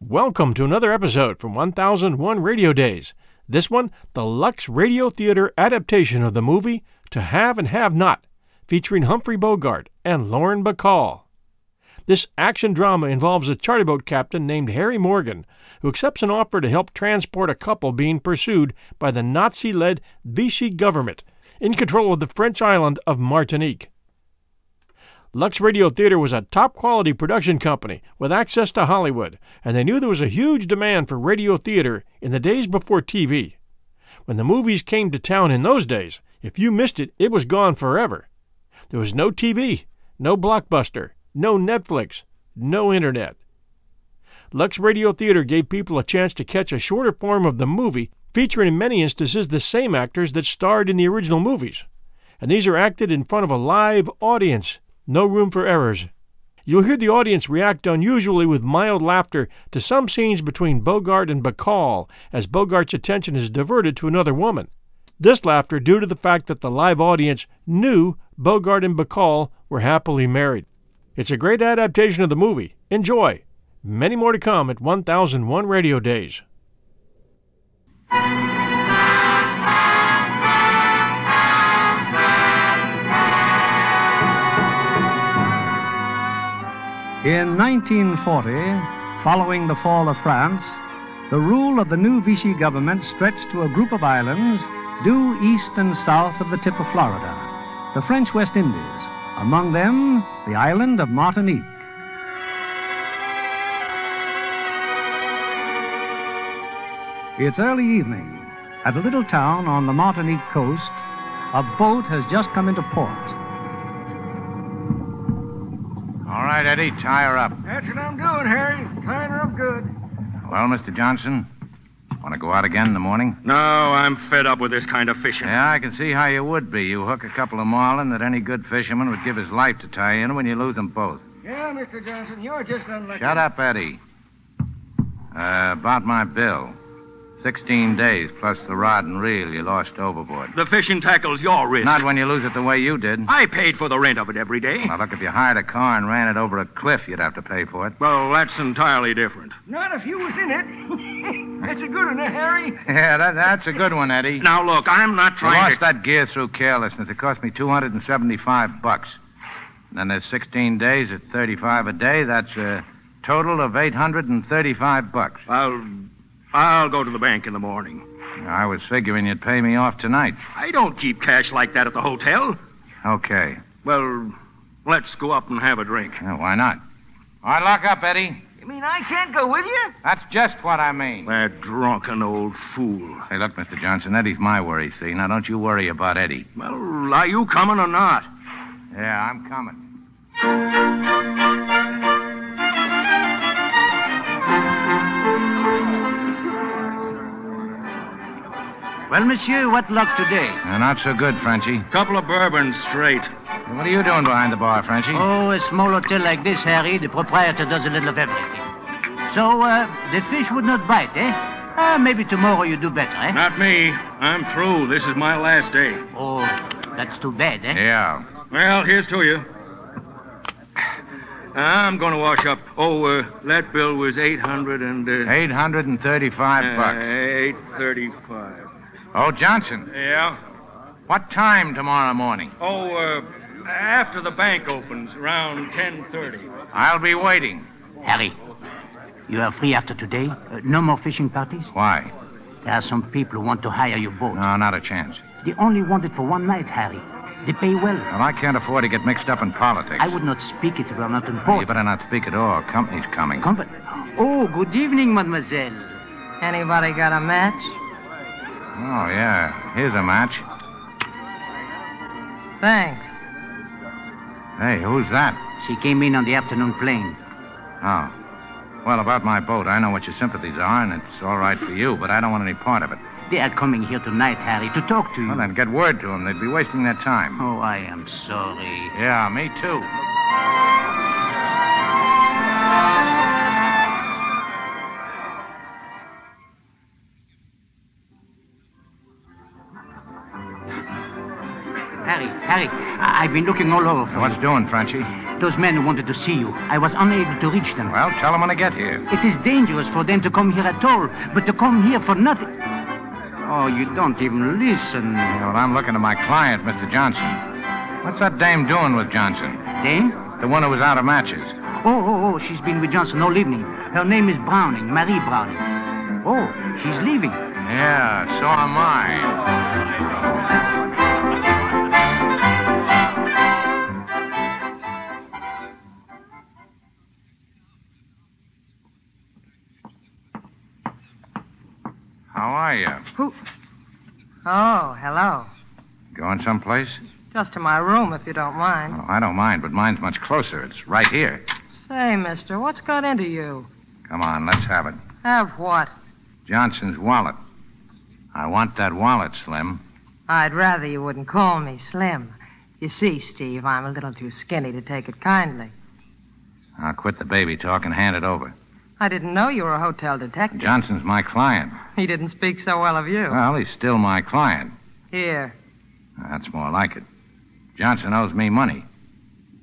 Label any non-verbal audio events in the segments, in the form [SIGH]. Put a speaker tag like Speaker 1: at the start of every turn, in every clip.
Speaker 1: Welcome to another episode from 1001 Radio Days. This one, the Lux Radio Theater adaptation of the movie To Have and Have Not, featuring Humphrey Bogart and Lauren Bacall. This action drama involves a charter boat captain named Harry Morgan, who accepts an offer to help transport a couple being pursued by the Nazi led Vichy government in control of the French island of Martinique. Lux Radio Theater was a top quality production company with access to Hollywood, and they knew there was a huge demand for radio theater in the days before TV. When the movies came to town in those days, if you missed it, it was gone forever. There was no TV, no Blockbuster, no Netflix, no Internet. Lux Radio Theater gave people a chance to catch a shorter form of the movie, featuring in many instances the same actors that starred in the original movies. And these are acted in front of a live audience, no room for errors. You'll hear the audience react unusually with mild laughter to some scenes between Bogart and Bacall as Bogart's attention is diverted to another woman. This laughter due to the fact that the live audience knew Bogart and Bacall were happily married. It's a great adaptation of the movie. Enjoy! Many more to come at 1001 Radio Days.
Speaker 2: In 1940, following the fall of France, the rule of the new Vichy government stretched to a group of islands due east and south of the tip of Florida, the French West Indies, among them the island of Martinique. It's early evening. At a little town on the Martinique coast, a boat has just come into port.
Speaker 3: All right, Eddie, tie her up.
Speaker 4: That's what I'm doing, Harry. Tying her up good.
Speaker 3: Well, Mr. Johnson, want to go out again in the morning?
Speaker 5: No, I'm fed up with this kind of fishing.
Speaker 3: Yeah, I can see how you would be. You hook a couple of marlin that any good fisherman would give his life to tie in when you lose them both.
Speaker 4: Yeah, Mr. Johnson, you're just unlucky.
Speaker 3: Shut up, Eddie. Uh, about my bill. Sixteen days plus the rod and reel you lost overboard.
Speaker 5: The fishing tackle's your risk.
Speaker 3: Not when you lose it the way you did.
Speaker 5: I paid for the rent of it every day.
Speaker 3: Now, look, if you hired a car and ran it over a cliff, you'd have to pay for it.
Speaker 5: Well, that's entirely different.
Speaker 4: Not if you was in it. [LAUGHS] That's a good one, eh, Harry.
Speaker 3: Yeah, that, that's a good one, Eddie.
Speaker 5: Now, look, I'm not
Speaker 3: You
Speaker 5: trying
Speaker 3: lost
Speaker 5: to...
Speaker 3: that gear through carelessness. It cost me 275 bucks. And then there's 16 days at 35 a day. That's a total of 835 bucks.
Speaker 5: I'll... I'll go to the bank in the morning.
Speaker 3: I was figuring you'd pay me off tonight.
Speaker 5: I don't keep cash like that at the hotel.
Speaker 3: Okay.
Speaker 5: Well, let's go up and have a drink.
Speaker 3: Yeah, why not? All right, lock up, Eddie.
Speaker 4: You mean I can't go with you?
Speaker 3: That's just what I mean.
Speaker 5: That drunken old fool.
Speaker 3: Hey, look, Mr. Johnson, Eddie's my worry, see? Now, don't you worry about Eddie.
Speaker 5: Well, are you coming or not?
Speaker 3: Yeah, I'm coming.
Speaker 6: Well, monsieur, what luck today?
Speaker 3: Uh, not so good, Frenchie.
Speaker 5: Couple of bourbons straight.
Speaker 3: Hey, What are you doing behind the bar, Frenchie?
Speaker 6: Oh, a small hotel like this, Harry, the proprietor does a little of everything. So, uh, the fish would not bite, eh? Ah, maybe tomorrow you do better, eh?
Speaker 5: Not me. I'm through. This is my last day.
Speaker 6: Oh, that's too bad, eh?
Speaker 3: Yeah.
Speaker 5: Well, here's to you. I'm going to wash up. Oh, uh, that bill was 800 and... Uh,
Speaker 3: 835
Speaker 5: uh,
Speaker 3: bucks.
Speaker 5: 835.
Speaker 3: Oh, Johnson,
Speaker 5: Yeah.
Speaker 3: what time tomorrow morning?
Speaker 5: Oh, uh, after the bank opens, around 10.30.
Speaker 3: I'll be waiting.
Speaker 6: Harry, you are free after today? Uh, no more fishing parties?
Speaker 3: Why?
Speaker 6: There are some people who want to hire your boat.
Speaker 3: No, not a chance.
Speaker 6: They only want it for one night, Harry. They pay well.
Speaker 3: Well, I can't afford to get mixed up in politics.
Speaker 6: I would not speak it if I'm not on
Speaker 3: You
Speaker 6: board.
Speaker 3: better not speak at all. Company's coming.
Speaker 6: Company. Oh, good evening, mademoiselle. Anybody got a match?
Speaker 3: Oh, yeah. Here's a match.
Speaker 6: Thanks.
Speaker 3: Hey, who's that?
Speaker 6: She came in on the afternoon plane.
Speaker 3: Oh. Well, about my boat, I know what your sympathies are, and it's all right for you, but I don't want any part of it.
Speaker 6: They are coming here tonight, Harry, to talk to you.
Speaker 3: Well, then get word to them. They'd be wasting their time.
Speaker 6: Oh, I am sorry.
Speaker 3: Yeah, me too.
Speaker 6: Harry, Harry, I- I've been looking all over for
Speaker 3: What's doing, Frenchie?
Speaker 6: you. Those men who wanted to see you. I was unable to reach them.
Speaker 3: Well, tell them when I get here.
Speaker 6: It is dangerous for them to come here at all, but to come here for nothing. Oh, you don't even listen.
Speaker 3: Yeah, well, I'm looking at my client, Mr. Johnson. What's that dame doing with Johnson?
Speaker 6: Dame?
Speaker 3: The one who was out of matches.
Speaker 6: Oh, oh, oh, she's been with Johnson all evening. Her name is Browning, Marie Browning. Oh, she's leaving.
Speaker 3: Yeah, so am I. How are you?
Speaker 7: Oh, hello.
Speaker 3: Going someplace?
Speaker 7: Just to my room, if you don't mind.
Speaker 3: Oh, I don't mind, but mine's much closer. It's right here.
Speaker 7: Say, mister, what's got into you?
Speaker 3: Come on, let's have it.
Speaker 7: Have what?
Speaker 3: Johnson's wallet. I want that wallet, Slim.
Speaker 7: I'd rather you wouldn't call me Slim. You see, Steve, I'm a little too skinny to take it kindly.
Speaker 3: Now quit the baby talk and hand it over.
Speaker 7: I didn't know you were a hotel detective.
Speaker 3: Johnson's my client.
Speaker 7: He didn't speak so well of you.
Speaker 3: Well, he's still my client.
Speaker 7: Here.
Speaker 3: That's more like it. Johnson owes me money.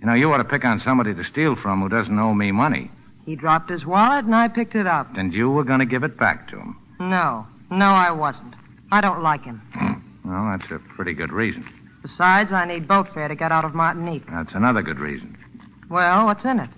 Speaker 3: You know, you ought to pick on somebody to steal from who doesn't owe me money.
Speaker 7: He dropped his wallet and I picked it up.
Speaker 3: And you were going to give it back to him.
Speaker 7: No. No, I wasn't. I don't like him.
Speaker 3: Well, that's a pretty good reason.
Speaker 7: Besides, I need boat fare to get out of Martinique.
Speaker 3: That's another good reason.
Speaker 7: Well, what's in it?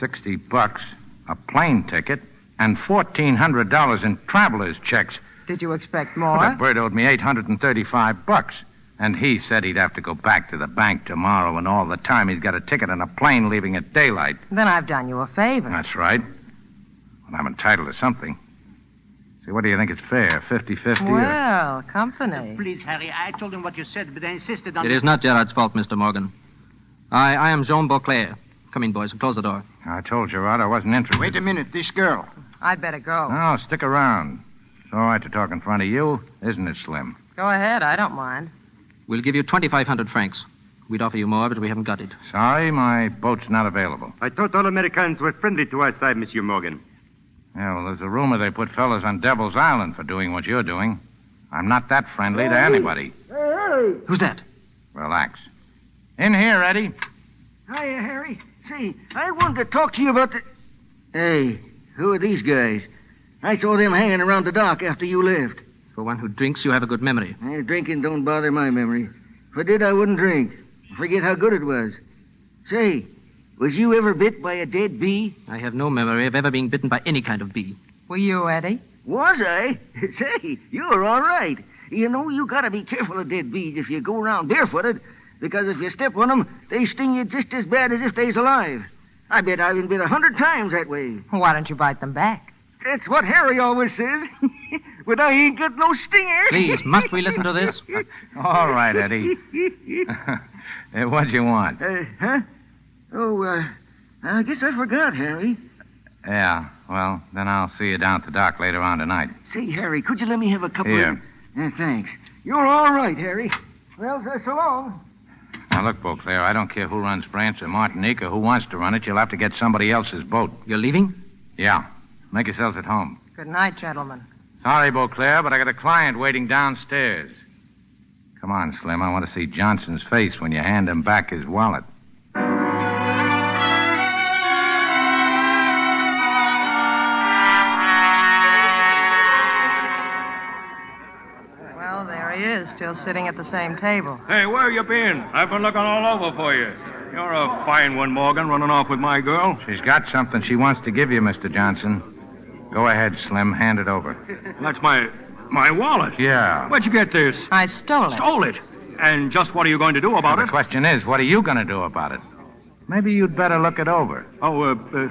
Speaker 3: 60 bucks, a plane ticket, and $1,400 in traveler's checks.
Speaker 7: Did you expect
Speaker 3: That
Speaker 7: more?
Speaker 3: bird owed me 835 bucks. And he said he'd have to go back to the bank tomorrow, and all the time he's got a ticket on a plane leaving at daylight.
Speaker 7: Then I've done you a favor.
Speaker 3: That's right. Well, I'm entitled to something. See, what do you think is fair? 50 50?
Speaker 7: Well, company.
Speaker 6: Please, Harry, I told him what you said, but they insisted on.
Speaker 8: It is not Gerard's fault, Mr. Morgan. I, I am Jean Beauclair. Come in, boys, and close the door.
Speaker 3: I told Gerard I wasn't interested.
Speaker 9: Wait a minute, this girl.
Speaker 7: I'd better go.
Speaker 3: No, stick around. It's all right to talk in front of you, isn't it, Slim?
Speaker 7: Go ahead, I don't mind.
Speaker 8: We'll give you 2,500 francs. We'd offer you more, but we haven't got it.
Speaker 3: Sorry, my boat's not available.
Speaker 9: I thought all Americans were friendly to our side, Monsieur Morgan.
Speaker 3: Yeah, well, there's a rumor they put fellas on Devil's Island for doing what you're doing. I'm not that friendly to anybody.
Speaker 8: Who's that?
Speaker 3: Relax. In here, Eddie.
Speaker 4: Hiya, Harry. Say, I wanted to talk to you about the. Hey, who are these guys? I saw them hanging around the dock after you left.
Speaker 8: For one who drinks, you have a good memory.
Speaker 4: Eh, drinking don't bother my memory. If I did, I wouldn't drink. Forget how good it was. Say, was you ever bit by a dead bee?
Speaker 8: I have no memory of ever being bitten by any kind of bee.
Speaker 7: Were you, Eddie?
Speaker 4: Was I? [LAUGHS] Say, you were all right. You know, you gotta be careful of dead bees if you go around barefooted, because if you step on 'em, they sting you just as bad as if they's alive. I bet I've been bit a hundred times that way.
Speaker 7: Why don't you bite them back?
Speaker 4: That's what Harry always says. [LAUGHS] but I ain't got no stinger.
Speaker 8: Please, must we listen
Speaker 4: [LAUGHS]
Speaker 8: to this?
Speaker 3: [LAUGHS] All right, Eddie. [LAUGHS] Eh, what do you want?
Speaker 4: Uh, huh? Oh, uh, I guess I forgot, Harry.
Speaker 3: Yeah, well, then I'll see you down at the dock later on tonight.
Speaker 4: Say, Harry, could you let me have a couple
Speaker 3: Here.
Speaker 4: of... Uh, thanks. You're all right, Harry. Well, so- so long.
Speaker 3: Now, look, Beauclair, I don't care who runs France or Martinique or who wants to run it. You'll have to get somebody else's boat.
Speaker 8: You're leaving?
Speaker 3: Yeah. Make yourselves at home.
Speaker 7: Good night, gentlemen.
Speaker 3: Sorry, Beauclair, but I got a client waiting downstairs. Come on, Slim. I want to see Johnson's face when you hand him back his wallet.
Speaker 7: Well, there he is, still sitting at the same table.
Speaker 5: Hey, where you been? I've been looking all over for you. You're a fine one, Morgan, running off with my girl.
Speaker 3: She's got something she wants to give you, Mr. Johnson. Go ahead, Slim. Hand it over.
Speaker 5: That's my my wallet.
Speaker 3: Yeah.
Speaker 5: Where'd you get this?
Speaker 7: I stole it.
Speaker 5: Stole it. And just what are you going to do about
Speaker 3: Well,
Speaker 5: it?
Speaker 3: the question is, what are you going to do about it? Maybe you'd better look it over.
Speaker 5: Oh, uh, uh,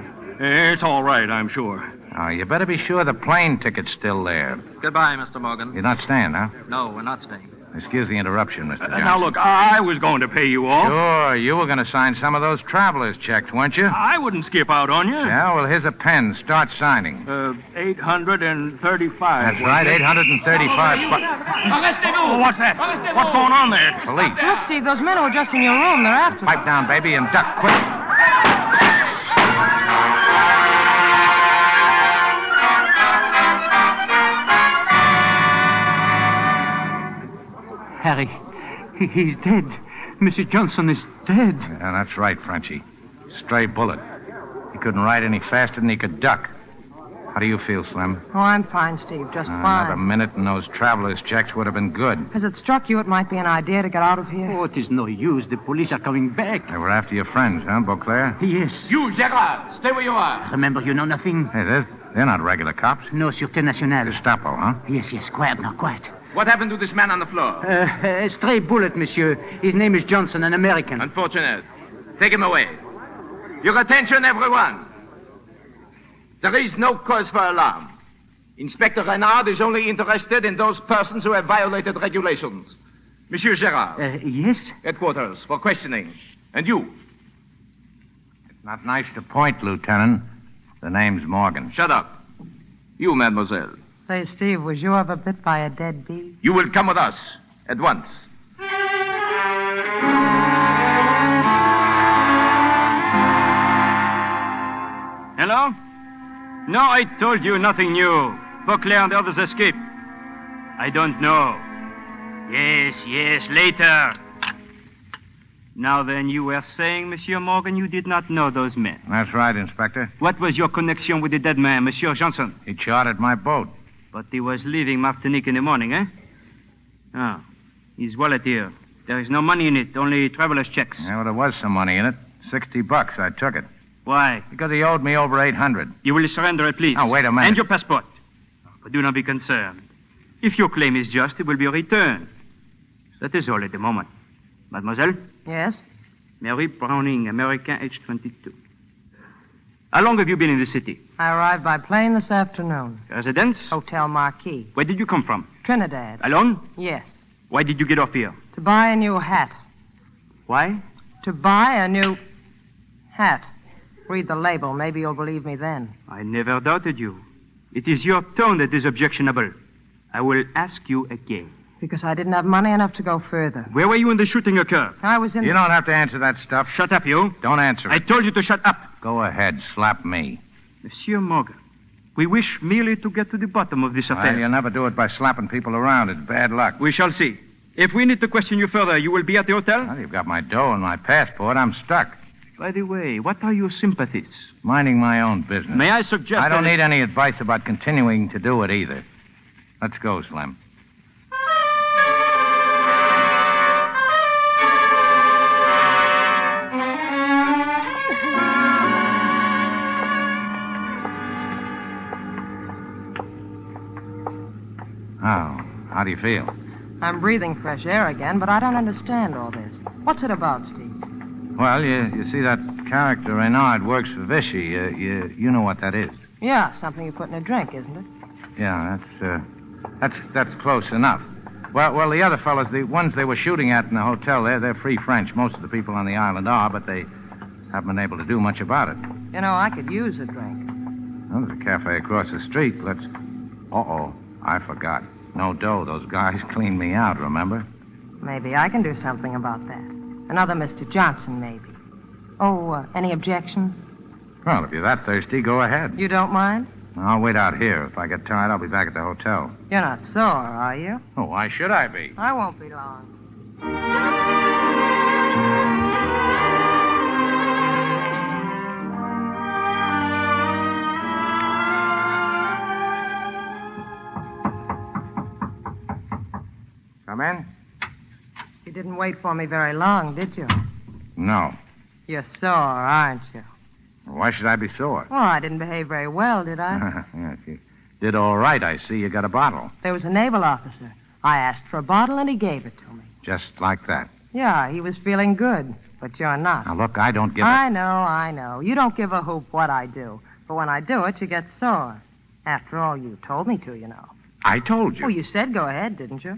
Speaker 5: it's all right, I'm sure.
Speaker 3: Oh, you better be sure the plane ticket's still there.
Speaker 8: Goodbye, Mr. Morgan.
Speaker 3: You're not staying, huh?
Speaker 8: No, we're not staying.
Speaker 3: Excuse the interruption, Mr.
Speaker 5: Uh,
Speaker 3: Johnson.
Speaker 5: now, look, I-, I was going to pay you off.
Speaker 3: Sure, you were going to sign some of those traveler's checks, weren't you?
Speaker 5: I wouldn't skip out on you.
Speaker 3: Yeah, well, here's a pen. Start signing.
Speaker 5: Uh, 835.
Speaker 3: That's right, 835 bucks.
Speaker 5: Oh, what's that? What's going on there?
Speaker 3: Police.
Speaker 7: Look, Steve, those men who are just in your room, they're after me.
Speaker 3: Pipe down, baby, and duck quick.
Speaker 6: Harry, he- he's dead.
Speaker 10: Monsieur Johnson is dead.
Speaker 3: Yeah, that's right, Frenchie. Stray bullet. He couldn't ride any faster than he could duck. How do you feel, Slim?
Speaker 7: Oh, I'm fine, Steve, just
Speaker 3: Another
Speaker 7: fine.
Speaker 3: minute and those traveler's checks would have been good.
Speaker 7: Has it struck you it might be an idea to get out of here?
Speaker 6: Oh, it is no use. The police are coming back.
Speaker 3: They were after your friends, huh, Beauclair?
Speaker 6: Yes.
Speaker 5: You, Gerard, stay where you are.
Speaker 6: Remember, you know nothing?
Speaker 3: Hey, they're, they're not regular cops.
Speaker 6: No, Sûreté Nationale.
Speaker 3: Gestapo, huh?
Speaker 6: Yes, yes, quiet now, quiet.
Speaker 5: What happened to this man on the floor?
Speaker 6: Uh, a stray bullet, monsieur. His name is Johnson, an American.
Speaker 5: Unfortunate. Take him away. Your attention, everyone. There is no cause for alarm. Inspector Renard is only interested in those persons who have violated regulations. Monsieur Gerard,
Speaker 6: Uh, yes?
Speaker 5: headquarters for questioning. And you,
Speaker 3: Not nice to point, Lieutenant. The name's Morgan.
Speaker 5: shut up. You, mademoiselle,
Speaker 7: Say, Steve, was you ever bit by a dead bee?
Speaker 5: you will come with us at once.
Speaker 11: Hello? No, I told you nothing new. Beauclair and the others escaped. I don't know. Yes, yes, later. Now then, you were saying, Monsieur Morgan, you did not know those men.
Speaker 3: That's right, Inspector.
Speaker 11: What was your connection with the dead man, Monsieur Johnson?
Speaker 3: He chartered my boat.
Speaker 11: But he was leaving Martinique in the morning, eh? Ah, his wallet here. There is no money in it, only traveler's checks.
Speaker 3: Yeah, well, there was some money in it. Sixty bucks. I took it.
Speaker 11: Why?
Speaker 3: Because he owed me over eight hundred.
Speaker 11: You will surrender it, please.
Speaker 3: Now, wait a minute.
Speaker 11: And your passport. Oh, But do not be concerned. If your claim is just, it will be returned. That is all at the moment. Mademoiselle,
Speaker 7: Yes?
Speaker 11: Mary Browning, American, age 22. How long have you been in the city?
Speaker 7: I arrived by plane this afternoon.
Speaker 11: Residence?
Speaker 7: Hotel Marquis.
Speaker 11: Where did you come from?
Speaker 7: Trinidad.
Speaker 11: Alone?
Speaker 7: Yes.
Speaker 11: Why did you get off here?
Speaker 7: To buy a new hat.
Speaker 11: Why?
Speaker 7: To buy a new hat. Read the label. Maybe you'll believe me then.
Speaker 11: I never doubted you. It is your tone that is objectionable. I will ask you again.
Speaker 7: Because I didn't have money enough to go further.
Speaker 11: Where were you when the shooting occurred?
Speaker 7: I was in.
Speaker 3: You don't have to answer that stuff.
Speaker 11: Shut up, you.
Speaker 3: Don't answer
Speaker 11: I
Speaker 3: it.
Speaker 11: told you to shut up.
Speaker 3: Go ahead. Slap me.
Speaker 11: Monsieur Morgan, we wish merely to get to the bottom of this affair.
Speaker 3: Well, you'll never do it by slapping people around. It's bad luck.
Speaker 11: We shall see. If we need to question you further, you will be at the hotel?
Speaker 3: Well, you've got my dough and my passport. I'm stuck.
Speaker 11: By the way, what are your sympathies?
Speaker 3: Minding my own business.
Speaker 11: May I suggest
Speaker 3: I don't
Speaker 11: that-
Speaker 3: need any advice about continuing to do it either. Let's go, Slim. Oh, how do you feel?
Speaker 7: I'm breathing fresh air again, but I don't understand all this. What's it about, Steve?
Speaker 3: Well, you, you see that character Renard works for Vichy. Uh, you you know what that is.
Speaker 7: Yeah, something you put in a drink, isn't it?
Speaker 3: Yeah, that's uh, that's that's close enough. Well, well, the other fellows, the ones they were shooting at in the hotel there, they're free French. Most of the people on the island are, but they haven't been able to do much about it.
Speaker 7: You know, I could use a drink.
Speaker 3: Well, there's a cafe across the street. Let's. Uh oh, I forgot. No dough. Those guys [LAUGHS] cleaned me out. Remember?
Speaker 7: Maybe I can do something about that. Another Mr. Johnson, maybe. Oh, uh, any objections?
Speaker 3: Well, if you're that thirsty, go ahead.
Speaker 7: You don't mind?
Speaker 3: I'll wait out here. If I get tired, I'll be back at the hotel.
Speaker 7: You're not sore, are you?
Speaker 3: Oh, why should I be?
Speaker 7: I won't be long.
Speaker 3: Come in?
Speaker 7: You didn't wait for me very long, did you?
Speaker 3: No.
Speaker 7: You're sore, aren't you?
Speaker 3: Why should I be sore? [LAUGHS]
Speaker 7: Well, I didn't behave very well, did I?
Speaker 3: yes, you did all right. I see you got a bottle.
Speaker 7: There was a naval officer. I asked for a bottle, and he gave it to me.
Speaker 3: Just like that.
Speaker 7: Yeah, he was feeling good, but you're not.
Speaker 3: Now, look, I don't give a...
Speaker 7: I know, I know. You don't give a hoop what I do. But when I do it, you get sore. After all, you told me to, you know.
Speaker 3: I told you.
Speaker 7: Well, Oh, you said go ahead, didn't you?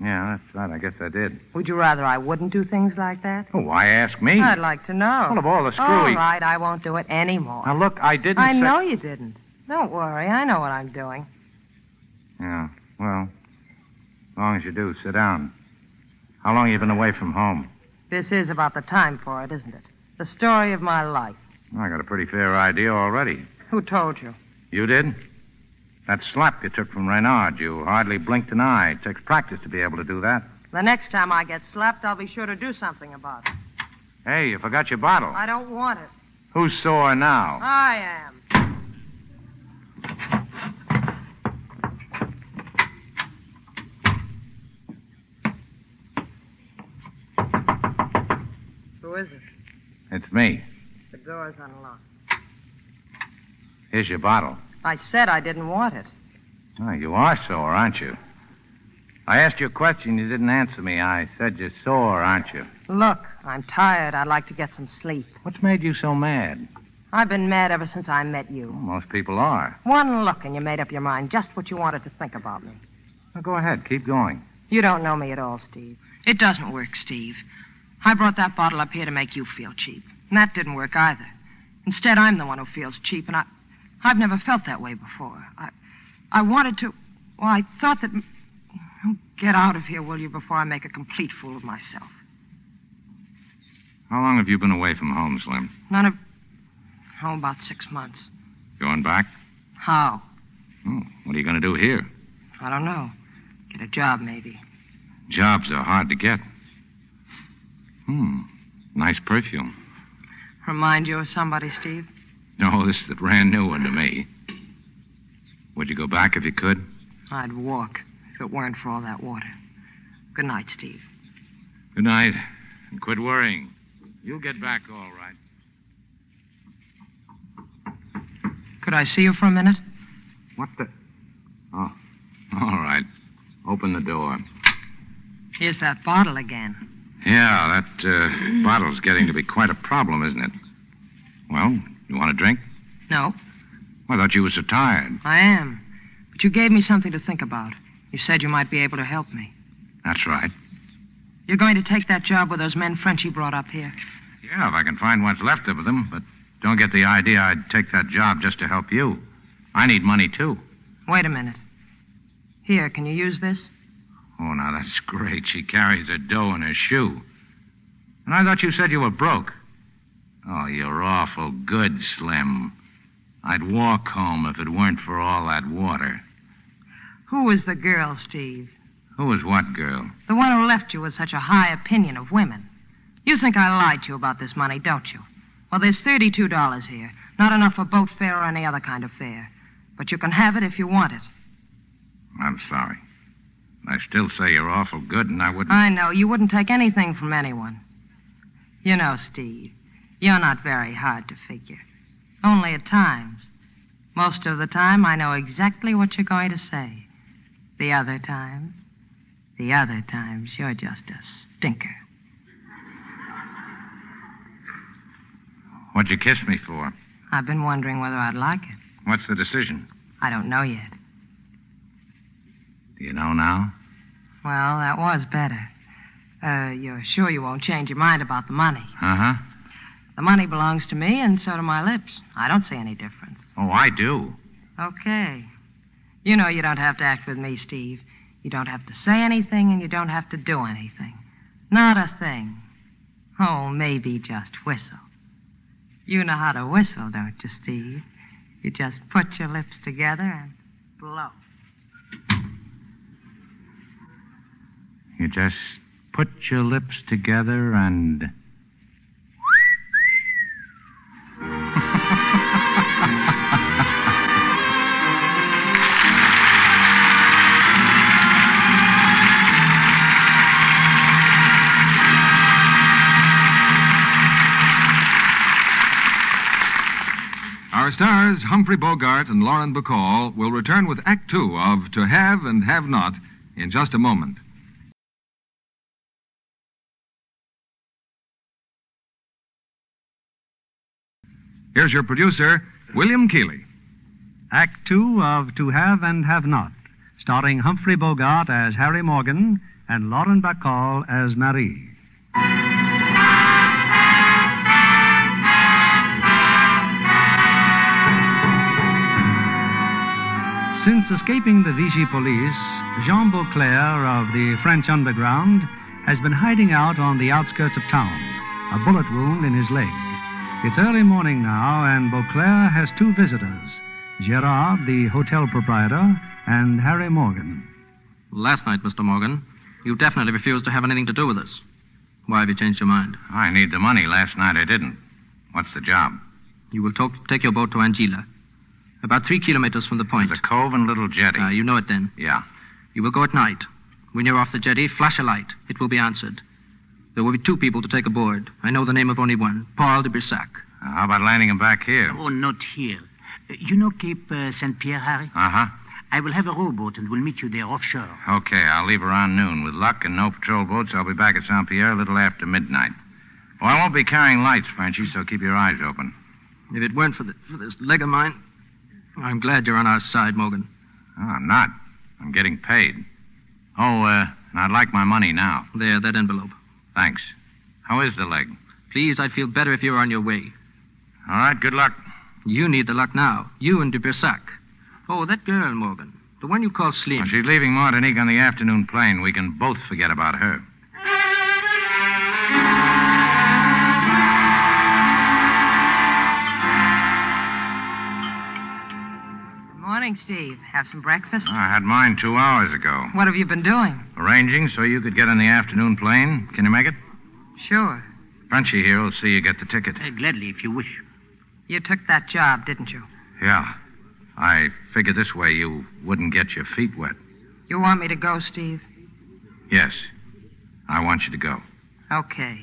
Speaker 3: Yeah, that's right. I guess I did.
Speaker 7: Would you rather I wouldn't do things like that?
Speaker 3: Oh, why ask me?
Speaker 7: I'd like to know.
Speaker 3: Well, of all the
Speaker 7: All
Speaker 3: screwy...
Speaker 7: right, I won't do it anymore.
Speaker 3: Now, look, I [LAUGHS] didn't
Speaker 7: I
Speaker 3: say...
Speaker 7: know you didn't. Don't worry, I know what I'm doing.
Speaker 3: Yeah, well, as long as you do, sit down. How long you been away from home?
Speaker 7: This is about the time for it, isn't it? The story of my life.
Speaker 3: I got a pretty fair idea already.
Speaker 7: Who told you?
Speaker 3: You did? That slap you took from Renard, you hardly blinked an eye. It takes practice to be able to do that.
Speaker 7: The next time I get slapped, I'll be sure to do something about it.
Speaker 12: Hey, you forgot your
Speaker 3: Oh.
Speaker 12: bottle.
Speaker 7: I don't want it.
Speaker 12: Who's sore now?
Speaker 7: I am. Who is it?
Speaker 12: It's me.
Speaker 7: The door's unlocked.
Speaker 12: Here's your bottle.
Speaker 7: I said I didn't want it.
Speaker 12: Oh, you are sore, aren't you? I asked you a question. You didn't answer me. I said you're sore, aren't you?
Speaker 7: Look, I'm tired. I'd like to get some sleep.
Speaker 12: What's made you so mad?
Speaker 7: I've been mad ever since I met you.
Speaker 12: Most people are.
Speaker 7: One look and you made up your mind just what you wanted to think about me.
Speaker 12: Now go ahead. Keep going.
Speaker 7: You don't know me at all, Steve. It doesn't work, Steve. I brought that bottle up here to make you feel cheap. And that didn't work either. Instead, I'm the one who feels cheap, and I, I've never felt that way before. I, I wanted to. Well, I thought that. Oh, Get out of here, will you, before I make a complete fool of myself.
Speaker 3: How long have you been away from home, Slim?
Speaker 7: None of. Oh, about six months.
Speaker 3: Going back?
Speaker 7: How?
Speaker 3: Oh, what are you going to do here?
Speaker 7: I don't know. Get a job, maybe.
Speaker 3: Jobs are hard to get. Hmm. Nice perfume. [LAUGHS]
Speaker 7: Remind you of somebody, Steve?
Speaker 3: No, Oh, this is the brand new one to me. Would you go back if you could?
Speaker 7: I'd walk if it weren't for all that water. Good night, Steve.
Speaker 3: Good night. And quit worrying. You'll get back all right.
Speaker 7: Could I see you for a minute?
Speaker 3: What the? Oh, all right. Open the door.
Speaker 7: Here's that bottle again.
Speaker 3: Yeah, that uh, bottle's getting to be quite a problem, isn't it? Well, you want a drink?
Speaker 7: No,
Speaker 3: I thought you were so tired.
Speaker 7: I am. But you gave me something to think about. You said you might be able to help me.
Speaker 3: That's right.
Speaker 7: You're going to take that job with those men Frenchie brought up here.
Speaker 3: Yeah, if I can find what's left of them, but don't get the idea I'd take that job just to help you. I need money, too.
Speaker 7: Wait a minute. Here, can you use this?
Speaker 3: Oh, now that's great. She carries her dough in her shoe. And I thought you said you were broke. Oh, you're awful good, Slim. I'd walk home if it weren't for all that water.
Speaker 7: Who was the girl, Steve?
Speaker 3: Who was what girl?
Speaker 7: The one who left you with such a high opinion of women. You think I lied to you about this money, don't you? Well, there's $32 here. Not enough for boat fare or any other kind of fare. But you can have it if you want it.
Speaker 3: I'm sorry. I still say you're awful good, and I wouldn't.
Speaker 7: I know. You wouldn't take anything from anyone. You know, Steve, you're not very hard to figure. Only at times. Most of the time, I know exactly what you're going to say. The other times, the other times, you're just a stinker.
Speaker 3: What'd you kiss me for?
Speaker 7: I've been wondering whether I'd like it.
Speaker 3: What's the decision?
Speaker 7: I don't know yet.
Speaker 3: Do you know now?
Speaker 7: Well, that was better. Uh, you're sure you won't change your mind about the money.
Speaker 3: Uh huh.
Speaker 7: The money belongs to me, and so do my lips. I don't see any difference.
Speaker 3: Oh, I do.
Speaker 7: Okay. You know you don't have to act with me, Steve. You don't have to say anything, and you don't have to do anything. Not a thing. Oh, maybe just whistle. You know how to whistle, don't you, Steve? You just put your lips together and blow.
Speaker 3: You just put your lips together and.
Speaker 13: Our stars, Humphrey Bogart and Lauren Bacall, will return with Act Two of To Have and Have Not in just a moment. Here's your producer, William Keeley.
Speaker 2: Act two of To Have and Have Not, starring Humphrey Bogart as Harry Morgan and Lauren Bacall as Marie. Since escaping the Vichy police, Jean Beauclair of the French underground has been hiding out on the outskirts of town, a bullet wound in his leg. It's early morning now, and Beauclair has two visitors Gerard, the hotel proprietor, and Harry Morgan.
Speaker 8: Last night, Mr. Morgan, You definitely refuse to have anything to do with us. Why have you changed your mind?
Speaker 3: I need the money. Last night I didn't. What's the job?
Speaker 8: You will talk, take your boat to Angela, about three kilometers from the point. There's
Speaker 3: a cove and little jetty.
Speaker 8: Ah, you know it then.
Speaker 3: Yeah.
Speaker 8: You will go at night. When you're off the jetty, flash a light. It will be answered. There will be two people to take aboard. I know the name of only one Paul de Brissac.
Speaker 3: Uh, How about landing him back here?
Speaker 6: Oh, not here. Uh, You know Cape uh, St. Pierre, Harry?
Speaker 3: Uh huh.
Speaker 6: I will have a rowboat and we'll meet you there offshore.
Speaker 3: Okay, I'll leave around noon. With luck and no patrol boats, I'll be back at Saint Pierre a little after midnight. Well, I won't be carrying lights, Frenchie, so keep your eyes open.
Speaker 8: If it weren't for, the, for this leg of mine, I'm glad you're on our side, Morgan.
Speaker 3: No, I'm Ah, not. I'm getting paid. Oh, uh, and I'd like my money now.
Speaker 8: There, that envelope.
Speaker 3: Thanks. How is the leg?
Speaker 8: Please, I'd feel better if you were on your way.
Speaker 3: All right, good luck.
Speaker 8: You need the luck now. You and de Brissac. Oh, that girl, Morgan. The one you call Slim.
Speaker 3: Well, she's leaving Martinique on the afternoon plane. We can both forget about her.
Speaker 7: Morning, Steve. Have some breakfast?
Speaker 3: I had mine two hours ago.
Speaker 7: What have you been doing?
Speaker 3: Arranging so you could get on the afternoon plane. Can you make it?
Speaker 7: Sure.
Speaker 3: Frenchie here will see you get the ticket.
Speaker 6: gladly, if you wish.
Speaker 7: You took that job, didn't you?
Speaker 3: Yeah. I figure this way you wouldn't get your feet wet.
Speaker 7: You want me to go, Steve?
Speaker 3: Yes. I want you to go.
Speaker 7: Okay.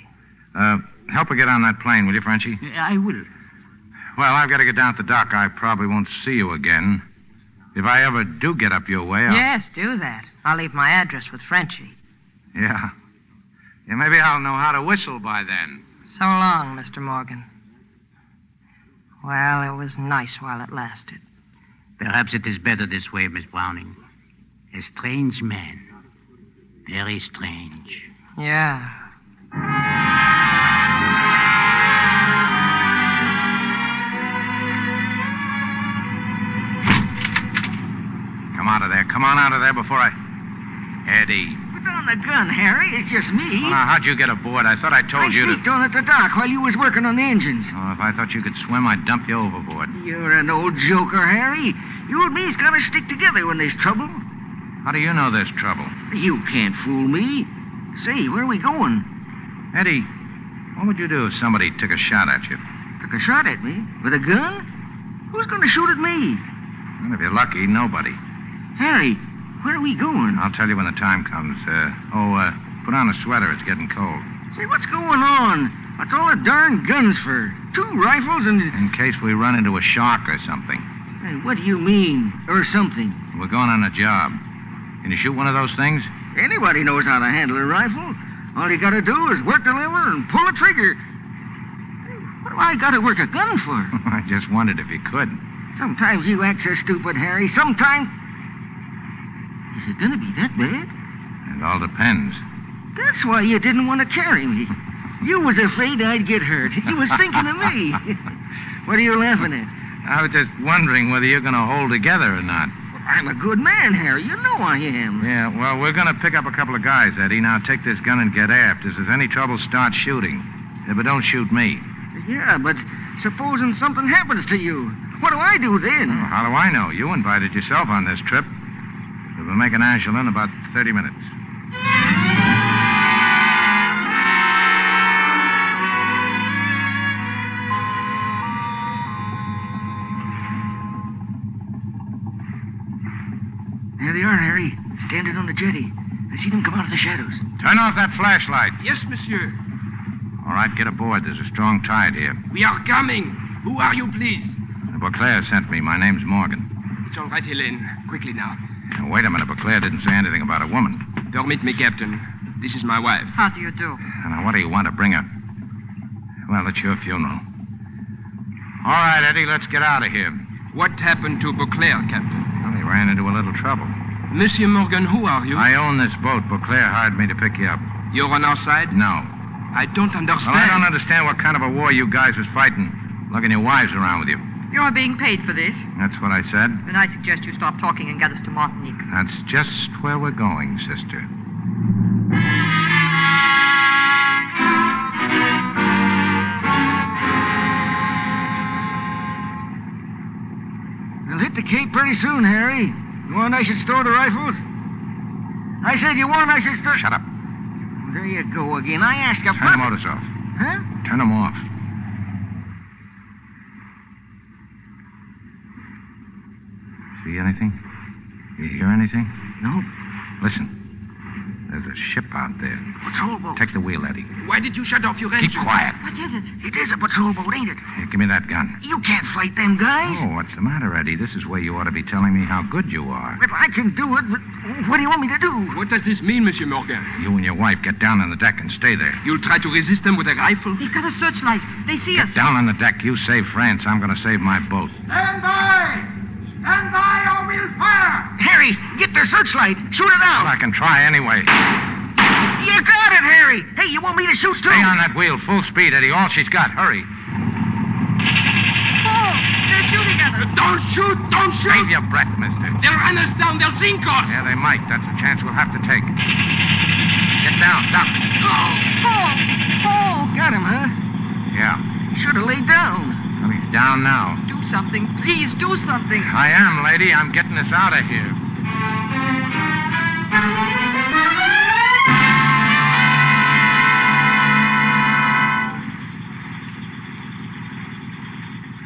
Speaker 3: Uh, help her get on that plane, will you, Frenchie?
Speaker 6: I will.
Speaker 3: Well, I've got to get down to the dock. I probably won't see you again. If I ever do get up your way, I'll...
Speaker 7: Yes, do that. I'll leave my address with Frenchie.
Speaker 3: Yeah. Yeah, maybe I'll know how to whistle by then.
Speaker 7: So long, Mr. Morgan. Well, it was nice while it lasted.
Speaker 6: Perhaps it is better this way, Miss Browning. A strange man. Very strange.
Speaker 7: Yeah.
Speaker 3: Come out of there. Come on out of there before I. Eddie.
Speaker 4: Put down the gun, Harry. It's just me.
Speaker 3: Well, now, how'd you get aboard? I thought I told
Speaker 4: I
Speaker 3: Oh, you to.
Speaker 4: sneaked on at the dock while you was working on the engines.
Speaker 3: Oh, if I thought you could swim, I'd dump you overboard.
Speaker 4: You're an old joker, Harry. You and me's gotta stick together when there's trouble.
Speaker 3: How do you know there's trouble?
Speaker 4: You can't fool me. Say, where are we going?
Speaker 3: Eddie, what would you do if somebody took a shot at you?
Speaker 4: Took a shot at me with a gun? Who's gonna shoot at me?
Speaker 3: And if you're lucky, nobody.
Speaker 4: Harry, where are we going?
Speaker 3: I'll tell you when the time comes. Uh, oh, uh, put on a sweater. It's getting cold.
Speaker 4: Say, what's going on? What's all the darn guns for? Two rifles and.
Speaker 3: In case we run into a shark or something.
Speaker 4: Hey, what do you mean? Or something?
Speaker 3: We're going on a job. Can you shoot one of those things? [LAUGHS]
Speaker 4: Anybody knows how to handle a rifle. All you gotta do is work the lever and pull the trigger. What do I gotta work a gun for?
Speaker 3: I just wondered if you could.
Speaker 4: Sometimes you act so stupid, Harry. Sometimes. Is it gonna be that bad?
Speaker 3: It all depends.
Speaker 4: That's why you didn't want to carry me. You was afraid I'd get hurt. You was thinking of me. [LAUGHS] what are you laughing at?
Speaker 3: I was just wondering whether you're going to hold together or not.
Speaker 4: I'm a good man, Harry. You know I am.
Speaker 3: Yeah, well, we're going to pick up a couple of guys, Eddie. Now take this gun and get aft. If there's any trouble, start shooting. Yeah, but don't shoot me.
Speaker 4: Yeah, but supposing something happens to you, what do I do then?
Speaker 3: How do I know? You invited yourself on this trip. We'll make an Angela in about 30 minutes.
Speaker 4: There they are, Harry. Standing on the jetty. I seen them come out of the shadows.
Speaker 3: Turn off that flashlight.
Speaker 5: Yes, monsieur.
Speaker 3: All right, get aboard. There's a strong tide here.
Speaker 5: We are coming. Who are you, please?
Speaker 3: Beauclair sent me. My name's Morgan.
Speaker 5: It's all right, Helene. Quickly now.
Speaker 3: Now, wait a minute. Beauclair didn't say anything about a woman.
Speaker 5: Permit me, Captain. This is my wife.
Speaker 7: How do you do?
Speaker 3: Now, what do you want to bring her? Well, it's your funeral. All right, Eddie, let's get out of here.
Speaker 5: What happened to Beauclair, Captain?
Speaker 3: Well, he ran into a little trouble.
Speaker 5: Monsieur Morgan, who are you?
Speaker 3: I own this boat. Beauclair hired me to pick you up.
Speaker 5: You're on our side?
Speaker 3: No.
Speaker 5: I don't understand.
Speaker 3: Well, I don't understand what kind of a war you guys was fighting. Lugging your wives around with you.
Speaker 14: You're being paid for this.
Speaker 3: That's what I said.
Speaker 14: Then I suggest you stop talking and get us to Martinique.
Speaker 3: That's just where we're going, sister.
Speaker 4: They'll hit the Cape pretty soon, Harry. You want I should store the rifles? I said you weren't. I should start.
Speaker 3: Shut up.
Speaker 4: There you go again. I ask a
Speaker 3: Turn the motors off.
Speaker 4: Huh?
Speaker 3: Turn them off. See anything? You hear anything?
Speaker 4: No.
Speaker 3: Listen. There's a ship out there.
Speaker 4: Patrol boat.
Speaker 3: Take the wheel, Eddie.
Speaker 4: Why did you shut off your engine?
Speaker 3: quiet.
Speaker 4: What is it? It is a patrol boat, ain't it?
Speaker 3: Here, give me that gun.
Speaker 4: You can't fight them guys.
Speaker 3: Oh, what's the matter, Eddie? This is where you ought to be telling me how good you are.
Speaker 4: Well, I can do it, but what do you want me to do?
Speaker 5: What does this mean, Monsieur Morgan?
Speaker 3: You and your wife get down on the deck and stay there.
Speaker 5: You'll try to resist them with a rifle?
Speaker 14: They've got a searchlight. They see
Speaker 3: Get
Speaker 14: us.
Speaker 3: down on the deck. You save France. I'm going to save my boat.
Speaker 4: Stand by! Stand by or we'll fire! Harry, get their searchlight. Shoot it out.
Speaker 3: I can try anyway.
Speaker 4: You got it, Harry. Hey, you want me to shoot too?
Speaker 3: Stay on that wheel. Full speed, Eddie. All she's got. Hurry.
Speaker 14: They're shooting at us.
Speaker 5: Don't shoot! Don't shoot!
Speaker 3: Save your breath, mister.
Speaker 5: They'll run us down. They'll sink us.
Speaker 3: Yeah, they might. That's a chance we'll have to take. Get down. Duck.
Speaker 4: Paul! Paul! Got him, huh?
Speaker 3: Yeah.
Speaker 4: Should have laid down.
Speaker 3: Well, he's down now.
Speaker 14: Do something. Please do something.
Speaker 3: I am, lady. I'm getting us out of here.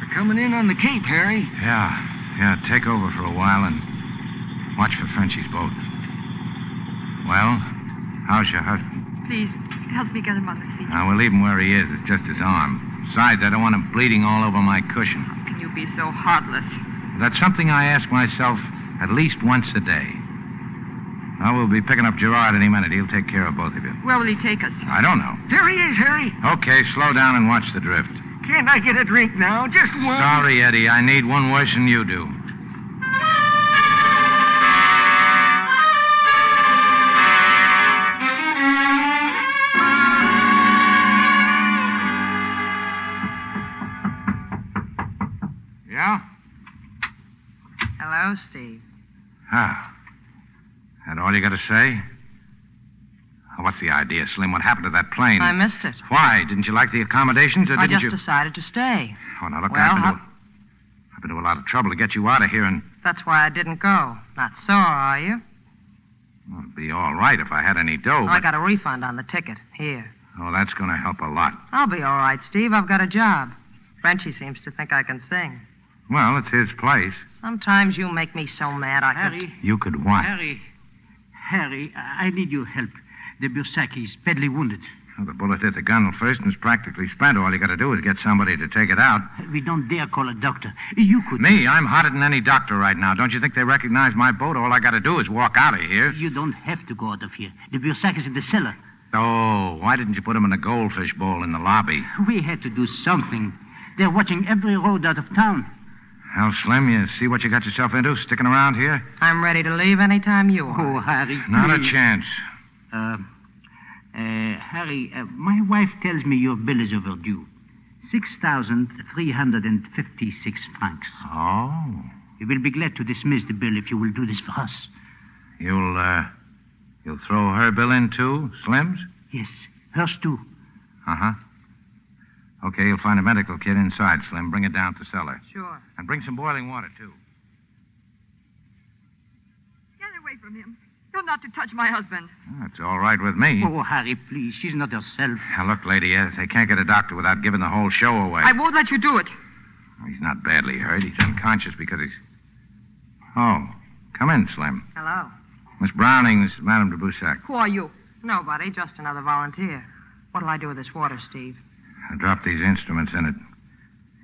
Speaker 4: They're coming in on the Cape, Harry.
Speaker 3: Yeah. Yeah, take over for a while and watch for Frenchie's boat. Well, how's your husband?
Speaker 14: Please help me get him on the seat.
Speaker 3: Now, we'll leave him where he is. It's just his arm. Besides, I don't want him bleeding all over my cushion.
Speaker 14: Can you be so heartless?
Speaker 3: That's something I ask myself at least once a day. Now, we'll be picking up Gerard any minute. He'll take care of both of you.
Speaker 14: Where will he take us?
Speaker 3: I don't know.
Speaker 4: There he is, Harry.
Speaker 3: Okay, slow down and watch the drift.
Speaker 4: Can't I get a drink now? Just one.
Speaker 3: Sorry, Eddie. I need one worse than you do. Yeah?
Speaker 7: Hello, Steve.
Speaker 3: Ah. That all you got to say? What's the idea, Slim? What happened to that plane?
Speaker 7: I missed it.
Speaker 3: Why? Didn't you like the accommodations, or
Speaker 7: I
Speaker 3: didn't
Speaker 7: just
Speaker 3: you?
Speaker 7: decided to stay.
Speaker 3: Oh, now look,
Speaker 7: Well,
Speaker 3: I've, been
Speaker 7: how-
Speaker 3: to... I've been to a lot of trouble to get you out of here, and
Speaker 7: That's why I didn't go. Not sore, are you?
Speaker 3: well, it'd be all right if I had any
Speaker 6: Oh.
Speaker 3: dough.
Speaker 7: I
Speaker 3: But...
Speaker 7: got a refund on the ticket. Here.
Speaker 3: Oh, that's going to help a lot.
Speaker 7: I'll be all right, Steve. I've got a job. Frenchie seems to think I can sing.
Speaker 3: Well, it's his place.
Speaker 7: Sometimes you make me so mad I could.
Speaker 6: Harry.
Speaker 3: You could what?
Speaker 6: Harry. Harry, I I need your help. The Bursac is badly wounded.
Speaker 3: Well, the bullet hit the gun first and is practically spent. All you got to do is get somebody to take it out.
Speaker 6: We don't dare call a doctor. You could.
Speaker 3: Me, I'm hotter than any doctor right now. Don't you think they recognize my boat? All I got to do is walk out of here.
Speaker 6: You don't have to go out of here. The Bursac is in the cellar.
Speaker 3: Oh, why didn't you put him in a goldfish bowl in the lobby?
Speaker 6: We had to do something. They're watching every road out of town.
Speaker 3: Hal Slim, you see what you got yourself into sticking around here?
Speaker 7: I'm ready to leave any time you are.
Speaker 6: Oh, Harry.
Speaker 3: Not a
Speaker 6: please.
Speaker 3: chance.
Speaker 6: Uh, uh, Harry, uh, my wife tells me your bill is overdue. 6,356 francs.
Speaker 3: Oh.
Speaker 6: We will be glad to dismiss the bill if you will do this for us.
Speaker 3: You'll, uh, you'll throw her bill in too, Slim's?
Speaker 6: Yes, hers too.
Speaker 3: Uh huh. Okay, you'll find a medical kit inside, Slim. Bring it down to the cellar.
Speaker 7: Sure.
Speaker 3: And bring some boiling water, too.
Speaker 14: Get away from him. You're not to touch my husband.
Speaker 3: That's all right with me.
Speaker 6: Oh, Harry, please. She's not herself.
Speaker 3: Now, look, lady, uh, they can't get a doctor without giving the whole show away.
Speaker 14: I won't let you do it.
Speaker 3: He's not badly hurt. He's unconscious because he's. Oh, come in, Slim.
Speaker 7: Hello.
Speaker 3: Miss Browning, this is Madame de Boussac.
Speaker 7: Who are you? Nobody, just another volunteer. What'll I do with this water, Steve?
Speaker 3: I dropped these instruments in it.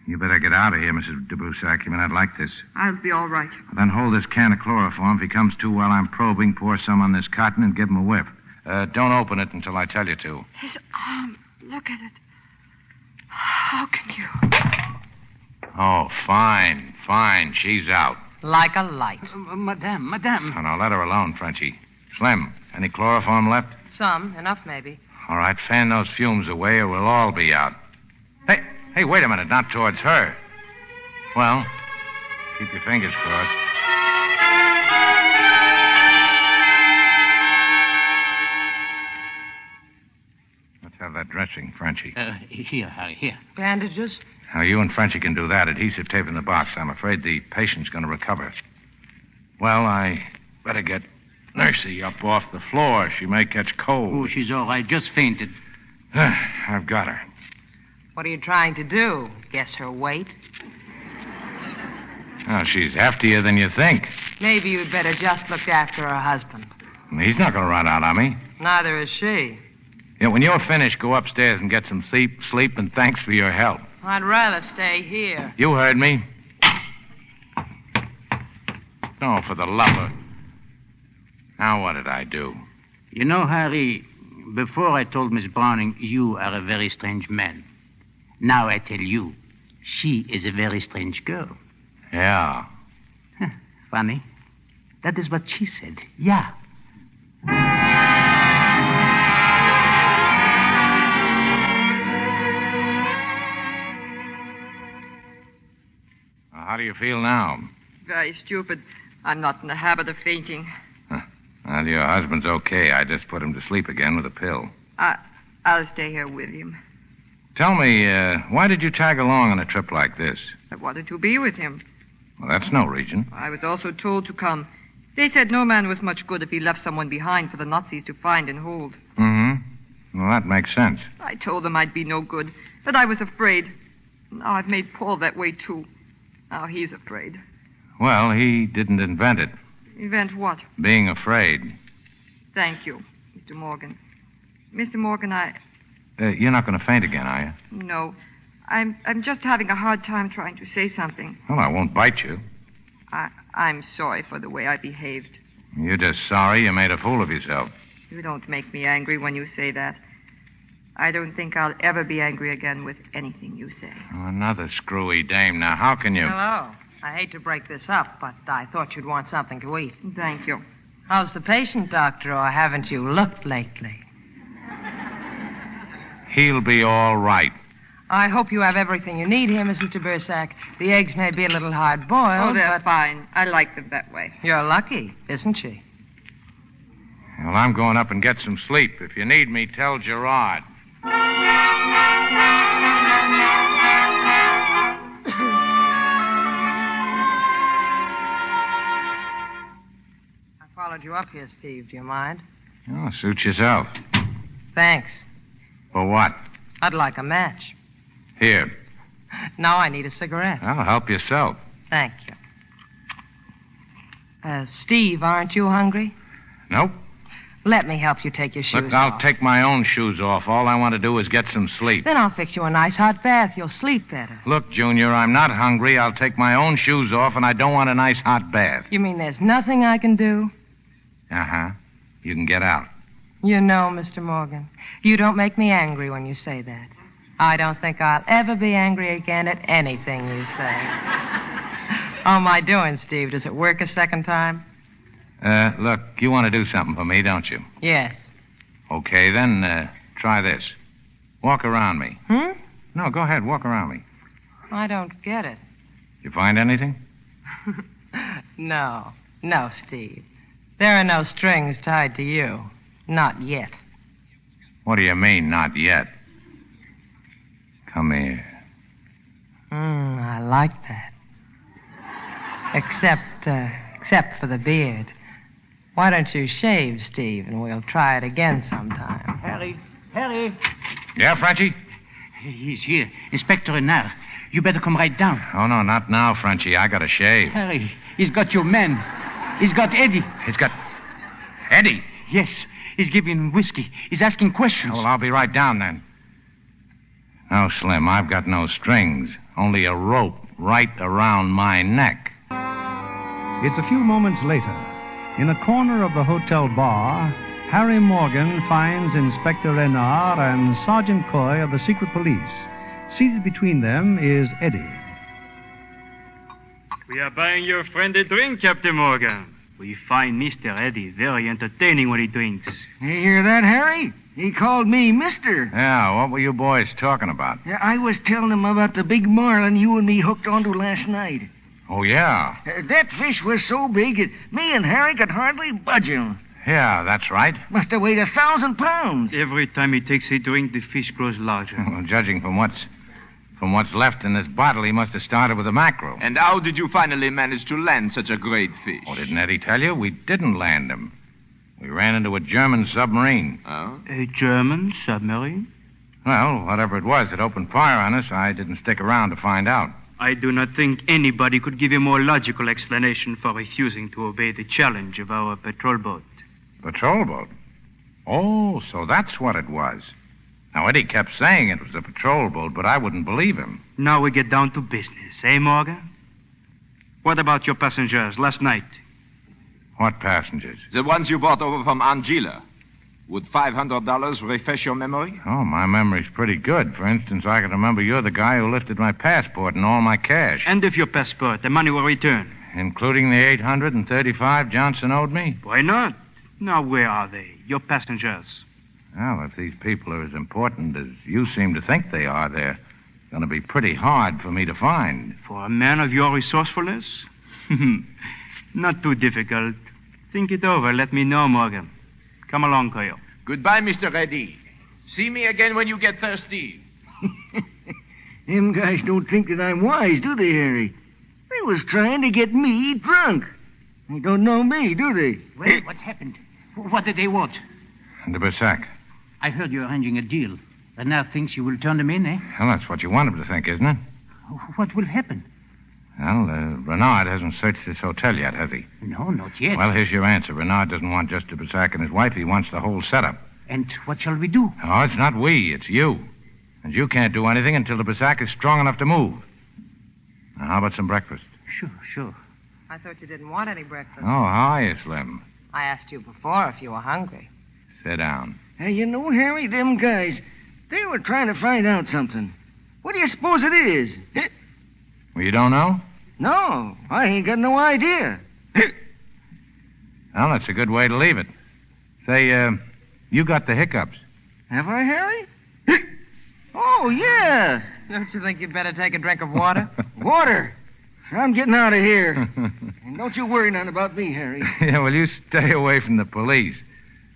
Speaker 3: You better get out of here, Mrs. de Boussac. You may not like this.
Speaker 14: I'll be all right.
Speaker 3: Then hold this can of chloroform. If he comes to while I'm probing, pour some on this cotton and give him a whiff. Uh, don't open it until I tell you to.
Speaker 15: His arm. Look at it. How can you?
Speaker 3: Oh, fine, fine. She's out.
Speaker 7: Like a light.
Speaker 6: madame, madame.
Speaker 3: Now, now, let her alone, Frenchie. Slim, any chloroform left?
Speaker 7: Some, enough maybe.
Speaker 3: All right, fan those fumes away, or we'll all be out. Hey, hey, wait a minute, not towards her. Well, keep your fingers crossed. Let's have that dressing, Frenchie.
Speaker 6: Uh, here, Harry, here.
Speaker 7: Bandages?
Speaker 3: Now, you and Frenchie can do that. Adhesive tape in the box. I'm afraid the patient's going to recover. Well, I better get Nursey up off the floor. She may catch cold. Oh,
Speaker 6: she's all right. Just fainted.
Speaker 3: [SIGHS] I've got her.
Speaker 7: What are you trying to do? Guess her weight?
Speaker 3: Oh, she's heftier than you think.
Speaker 7: Maybe you'd better just look after her husband.
Speaker 3: He's not going to run out on me.
Speaker 7: Neither is she.
Speaker 3: Yeah, when you're finished, go upstairs and get some sleep, sleep and thanks for your help.
Speaker 7: I'd rather stay here.
Speaker 3: You heard me. No, Oh, for the lover. Now, what did I do?
Speaker 6: You know, Harry, before I told Miss Browning you are a very strange man. Now I tell you, she is a very strange girl.
Speaker 3: Yeah.
Speaker 6: Funny. That is what she said. Yeah.
Speaker 3: Well, How do you feel now?
Speaker 14: Very stupid. I'm not in the habit of fainting.
Speaker 3: Well, your husband's okay. I just put him to sleep again with a pill.
Speaker 14: I, I'll stay here with him.
Speaker 3: Tell me, uh, why did you tag along on a trip like this?
Speaker 14: I wanted to be with him.
Speaker 3: Well, that's no reason.
Speaker 14: I was also told to come. They said no man was much good if he left someone behind for the Nazis to find and hold.
Speaker 3: Mm-hmm. Well, that makes sense.
Speaker 14: I told them I'd be no good, but I was afraid. Now I've made Paul that way, too. Now he's afraid.
Speaker 3: Well, he didn't invent it.
Speaker 14: Invent what?
Speaker 3: Being afraid.
Speaker 14: Thank you, Mr. Morgan. Mr. Morgan, I.
Speaker 3: Uh, you're not going to faint again, are you?
Speaker 14: No. I'm, I'm just having a hard time trying to say something.
Speaker 3: Well, I won't bite you.
Speaker 14: I, I'm sorry for the way I behaved.
Speaker 3: You're just sorry you made a fool of yourself.
Speaker 14: You don't make me angry when you say that. I don't think I'll ever be angry again with anything you say.
Speaker 3: Oh, another screwy dame. Now, how can you?
Speaker 7: Hello. I hate to break this up, but I thought you'd want something to eat.
Speaker 14: Thank you.
Speaker 7: How's the patient, doctor, or haven't you looked lately?
Speaker 3: He'll be all right.
Speaker 7: I hope you have everything you need here, Mrs. de Bursac. The eggs may be a little hard boiled.
Speaker 14: oh, they're
Speaker 7: but
Speaker 14: fine. I like them that way.
Speaker 7: You're lucky, isn't she?
Speaker 3: Well, I'm going up and get some sleep. If you need me, tell Gerard.
Speaker 7: I followed you up here, Steve. Do you mind?
Speaker 3: Oh, suit yourself.
Speaker 7: Thanks.
Speaker 3: For what?
Speaker 7: I'd like a match.
Speaker 3: Here.
Speaker 7: Now I need a cigarette.
Speaker 3: Well, help yourself.
Speaker 7: Thank you. Uh, Steve, aren't you hungry?
Speaker 3: Nope.
Speaker 7: Let me help you take your shoes
Speaker 3: Look,
Speaker 7: off.
Speaker 3: I'll take my own shoes off. All I want to do is get some sleep.
Speaker 7: Then I'll fix you a nice hot bath. You'll sleep better.
Speaker 3: Look, Junior, I'm not hungry. I'll take my own shoes off, and I don't want a nice hot bath.
Speaker 7: You mean there's nothing I can do?
Speaker 3: Uh huh. You can get out.
Speaker 7: You know, Mr. Morgan, you don't make me angry when you say that. I don't think I'll ever be angry again at anything you
Speaker 3: [LAUGHS]
Speaker 7: say. How am I doing, Steve? Does it work a second time?
Speaker 3: Uh, look, you want to do something for me, don't you?
Speaker 7: Yes.
Speaker 3: Okay, then uh, try this. Walk around me.
Speaker 7: Hmm?
Speaker 3: No, go ahead. Walk around me.
Speaker 7: I don't get it.
Speaker 3: You find anything?
Speaker 7: No. No, Steve. There are no strings tied to you. Not yet.
Speaker 3: What do you mean, not yet? Come here.
Speaker 7: Mm, I like that. Except, uh, except for the beard. Why don't you shave, Steve, and we'll try it again sometime.
Speaker 6: Harry, Harry.
Speaker 3: Yeah, Frenchie?
Speaker 6: He's here. Inspector Renard. You better come right down.
Speaker 3: Oh, no, not now, Frenchie. I got to shave.
Speaker 6: Harry, he's got your man. He's got Eddie.
Speaker 3: He's got. Eddie?
Speaker 6: Yes. He's giving whiskey. He's asking questions.
Speaker 3: Well, I'll be right down then. No, Slim, I've got no strings, only a rope right around my neck.
Speaker 2: It's a few moments later. In a corner of the hotel bar, Harry Morgan finds Inspector Renard and Sergeant Coy of the Secret Police. Seated between them is Eddie.
Speaker 11: We are buying your friend a drink, Captain Morgan. We find Mr. Eddie very entertaining when he drinks.
Speaker 4: You hear that, Harry? He called me Mister.
Speaker 3: Yeah, what were you boys talking about?
Speaker 4: Yeah, I was telling him about the big marlin you and me hooked onto last night.
Speaker 3: Oh, yeah.
Speaker 4: Uh, that fish was so big, it, me and Harry could hardly budge him.
Speaker 3: Yeah, that's right.
Speaker 4: Must have weighed a thousand pounds.
Speaker 11: Every time he takes a drink, the fish grows larger.
Speaker 3: Mm. Well, judging from what's from what's left in this bottle, he must have started with a mackerel.
Speaker 16: And how did you finally manage to land such a great fish?
Speaker 3: Oh, Well, didn't Eddie tell you? We didn't land him. We ran into a German submarine. Oh?
Speaker 6: A German submarine?
Speaker 3: Well, whatever it was that opened fire on us, I didn't stick around to find out.
Speaker 11: I do not think anybody could give a more logical explanation for refusing to obey the challenge of our patrol boat.
Speaker 3: Patrol boat? Oh, so that's what it was. Now, Eddie kept saying it was a patrol boat, but I wouldn't believe him.
Speaker 11: Now we get down to business, eh, Morgan? What about your passengers last night?
Speaker 3: What passengers?
Speaker 16: The ones you brought over from Angela. Would $500 refresh your memory?
Speaker 3: Oh, my memory's pretty good. For instance, I can remember you're the guy who lifted my passport and all my cash.
Speaker 11: And if your passport, the money will return.
Speaker 3: Including the 835 Johnson owed me?
Speaker 11: Why not? Now, where are they? Your passengers.
Speaker 3: Well, if these people are as important as you seem to think they are, they're going to be pretty hard for me to find.
Speaker 11: For a man of your resourcefulness? [LAUGHS] not too difficult. Think it over. Let me know, Morgan. Come along, Coyo.
Speaker 16: Goodbye, Mr. Reddy. See me again when you get thirsty.
Speaker 4: Them guys don't think that I'm wise, do they, Harry? They was trying to get me drunk. They don't know me, do they?
Speaker 6: Well, what happened? What did they want?
Speaker 3: De Bersac.
Speaker 6: I heard you're arranging a deal. Bernard thinks you will turn them in, eh?
Speaker 3: Well, that's what you want him to think, isn't it?
Speaker 6: What will happen?
Speaker 3: Well, uh, Renard hasn't searched this hotel yet, has he?
Speaker 6: No, not yet.
Speaker 3: Well, here's your answer. Renard doesn't want just de Bersac and his wife. He wants the whole setup.
Speaker 6: And what shall we do?
Speaker 3: Oh, it's not we, it's you. And you can't do anything until de Bersac is strong enough to move. Now, how about some breakfast?
Speaker 6: Sure, sure.
Speaker 7: I thought you didn't want any breakfast.
Speaker 3: Oh, how are you, Slim?
Speaker 7: I asked you before if you were hungry.
Speaker 3: Sit down.
Speaker 4: Hey, you know, Harry, them guys, they were trying to find out something. What do you suppose it is? Eh,
Speaker 3: Well, you don't know?
Speaker 4: No, I ain't got no idea.
Speaker 3: Well, that's a good way to leave it. Say, uh, you got the hiccups. [LAUGHS]
Speaker 4: Have I, Harry? Eh? oh, yeah.
Speaker 7: Don't you think you'd better take a drink
Speaker 4: [LAUGHS]
Speaker 7: of water?
Speaker 4: Water. I'm getting out of
Speaker 11: [LAUGHS]
Speaker 4: here. and don't you worry none about me, Harry.
Speaker 3: yeah, well, you stay away from the police.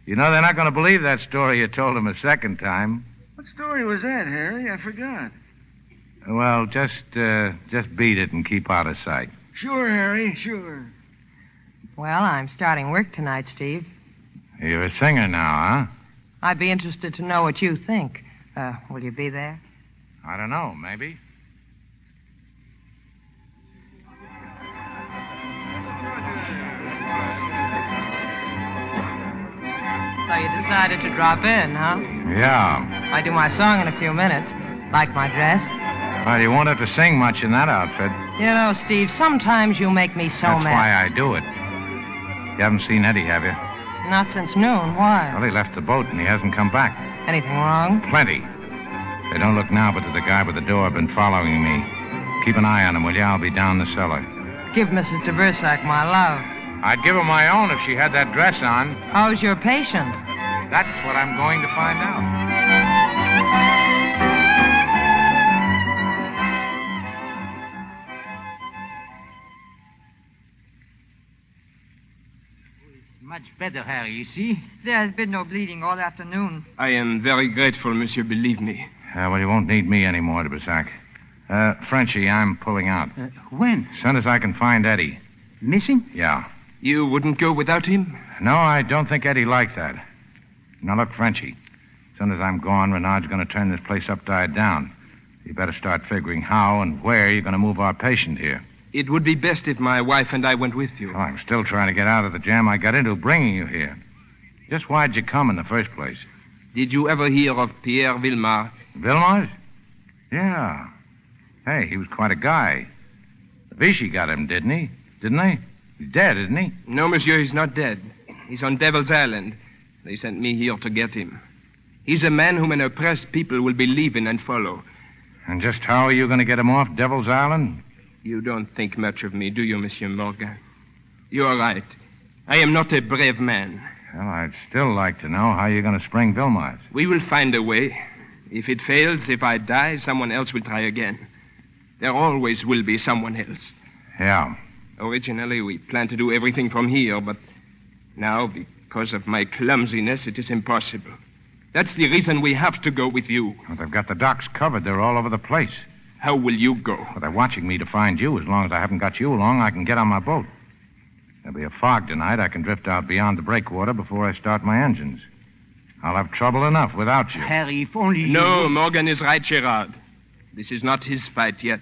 Speaker 3: You know, they're not going to believe that story you told them a second time.
Speaker 4: What story was that, Harry? I forgot.
Speaker 3: Well, just, uh, just beat it and keep out of sight.
Speaker 4: Sure, Harry, sure.
Speaker 7: well, I'm starting work tonight, Steve.
Speaker 3: You're a singer now,
Speaker 7: I'd be interested to know what you think. Uh, will you be there?
Speaker 3: huh? I don't know, maybe.
Speaker 7: So you decided to drop in, huh?
Speaker 3: Yeah.
Speaker 7: I do my song in a few minutes. Like my dress?
Speaker 3: Well, you won't have to sing much in that outfit.
Speaker 7: You know, Steve, sometimes you make me so
Speaker 3: That's
Speaker 7: mad.
Speaker 3: why I do it. You haven't seen Eddie, have you?
Speaker 7: Not since noon. Why?
Speaker 3: Well, he left the boat and he hasn't come back.
Speaker 7: Anything wrong?
Speaker 3: Plenty. They don't look now, but to the guy with the door been following me. Keep an eye on him, will you? I'll be down the cellar.
Speaker 7: Give Mrs. de Bursac my love.
Speaker 3: I'd give her my own if she had that dress on.
Speaker 7: How's your patient?
Speaker 3: That's what I'm going to find out.
Speaker 6: Much better, Harry, you see?
Speaker 14: There has been no bleeding all afternoon.
Speaker 11: I am very grateful, monsieur, believe me.
Speaker 3: Uh, well, you won't need me anymore, de Bersac. Uh, Frenchie, I'm pulling out.
Speaker 11: Uh.
Speaker 6: when?
Speaker 3: As soon as I can find Eddie.
Speaker 6: Missing?
Speaker 3: Yeah.
Speaker 11: You wouldn't go without him?
Speaker 3: No, I don't think Eddie likes that. Now, look, Frenchie. As soon as I'm gone, Renard's going to turn this place upside down. You better start figuring how and where you're going to move our patient here.
Speaker 11: It would be best if my wife and I went with you.
Speaker 3: Oh, I'm still trying to get out of the jam I got into bringing you here. Just why'd you come in the first place?
Speaker 11: Did you ever hear of Pierre Villemar?
Speaker 3: Vilmars? Yeah. Hey, he was quite a guy. The Vichy got him, didn't he? Didn't they? He's dead, isn't he?
Speaker 11: No, monsieur, he's not dead. He's on Devil's Island. They sent me here to get him. He's a man whom an oppressed people will believe in and follow.
Speaker 3: And just how are you going to get him off Devil's Island?
Speaker 11: You don't think much of me, do you, Monsieur Morgan? You are right. I am not a brave man.
Speaker 3: Well, I'd still like to know how you're going to spring Vilmars.
Speaker 11: We will find a way. If it fails, if I die, someone else will try again. There always will be someone else.
Speaker 3: Yeah.
Speaker 11: Originally, we planned to do everything from here, but now, because of my clumsiness, it is impossible. That's the reason we have to go with you.
Speaker 3: Well, they've got the docks covered. They're all over the place.
Speaker 11: How will you go?
Speaker 3: Well, they're watching me to find you. As long as I haven't got you along, I can get on my boat.
Speaker 17: There'll be a fog tonight. I can drift out beyond the breakwater before I start my engines. I'll have trouble enough without you.
Speaker 18: Harry, if only you.
Speaker 5: No, Morgan is right, Gerard. This is not his fight yet.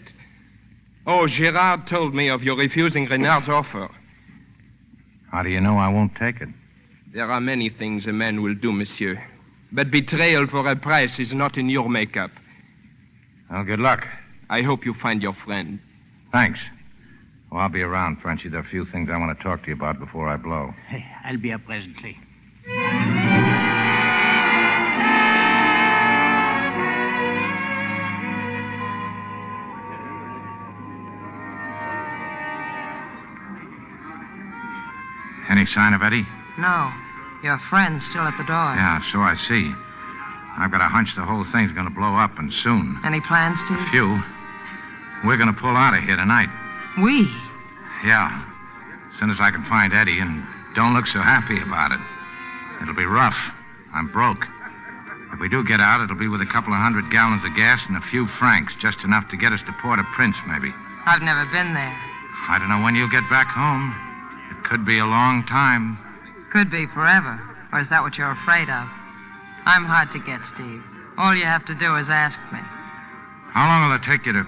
Speaker 5: Oh, Gerard told me of your refusing Renard's offer.
Speaker 17: How do you know I won't take it?
Speaker 5: There are many things a man will do, monsieur. But betrayal for a price is not in your makeup.
Speaker 17: Well, good luck.
Speaker 5: I hope you find your friend.
Speaker 17: Thanks. Oh, I'll be around, Frenchie. There are a few things I want to talk to you about before I blow.
Speaker 18: Hey, I'll be up presently.
Speaker 3: Any sign of Eddie?
Speaker 7: No. Your friend's still at the door.
Speaker 3: Yeah, so I see. I've got a hunch the whole thing's going to blow up, and soon.
Speaker 7: Any plans,
Speaker 3: A
Speaker 7: Steve?
Speaker 3: few. We're going to pull out of here tonight.
Speaker 7: We?
Speaker 3: Yeah. As soon as I can find Eddie, and don't look so happy about it. It'll be rough. I'm broke. If we do get out, it'll be with a couple of hundred gallons of gas and a few francs, just enough to get us to Port au Prince, maybe.
Speaker 7: I've never been there.
Speaker 3: I don't know when you'll get back home. It could be a long time.
Speaker 7: Could be forever. Or is that what you're afraid of? I'm hard to get, Steve. All you have to do is ask me.
Speaker 3: How long will it take you to.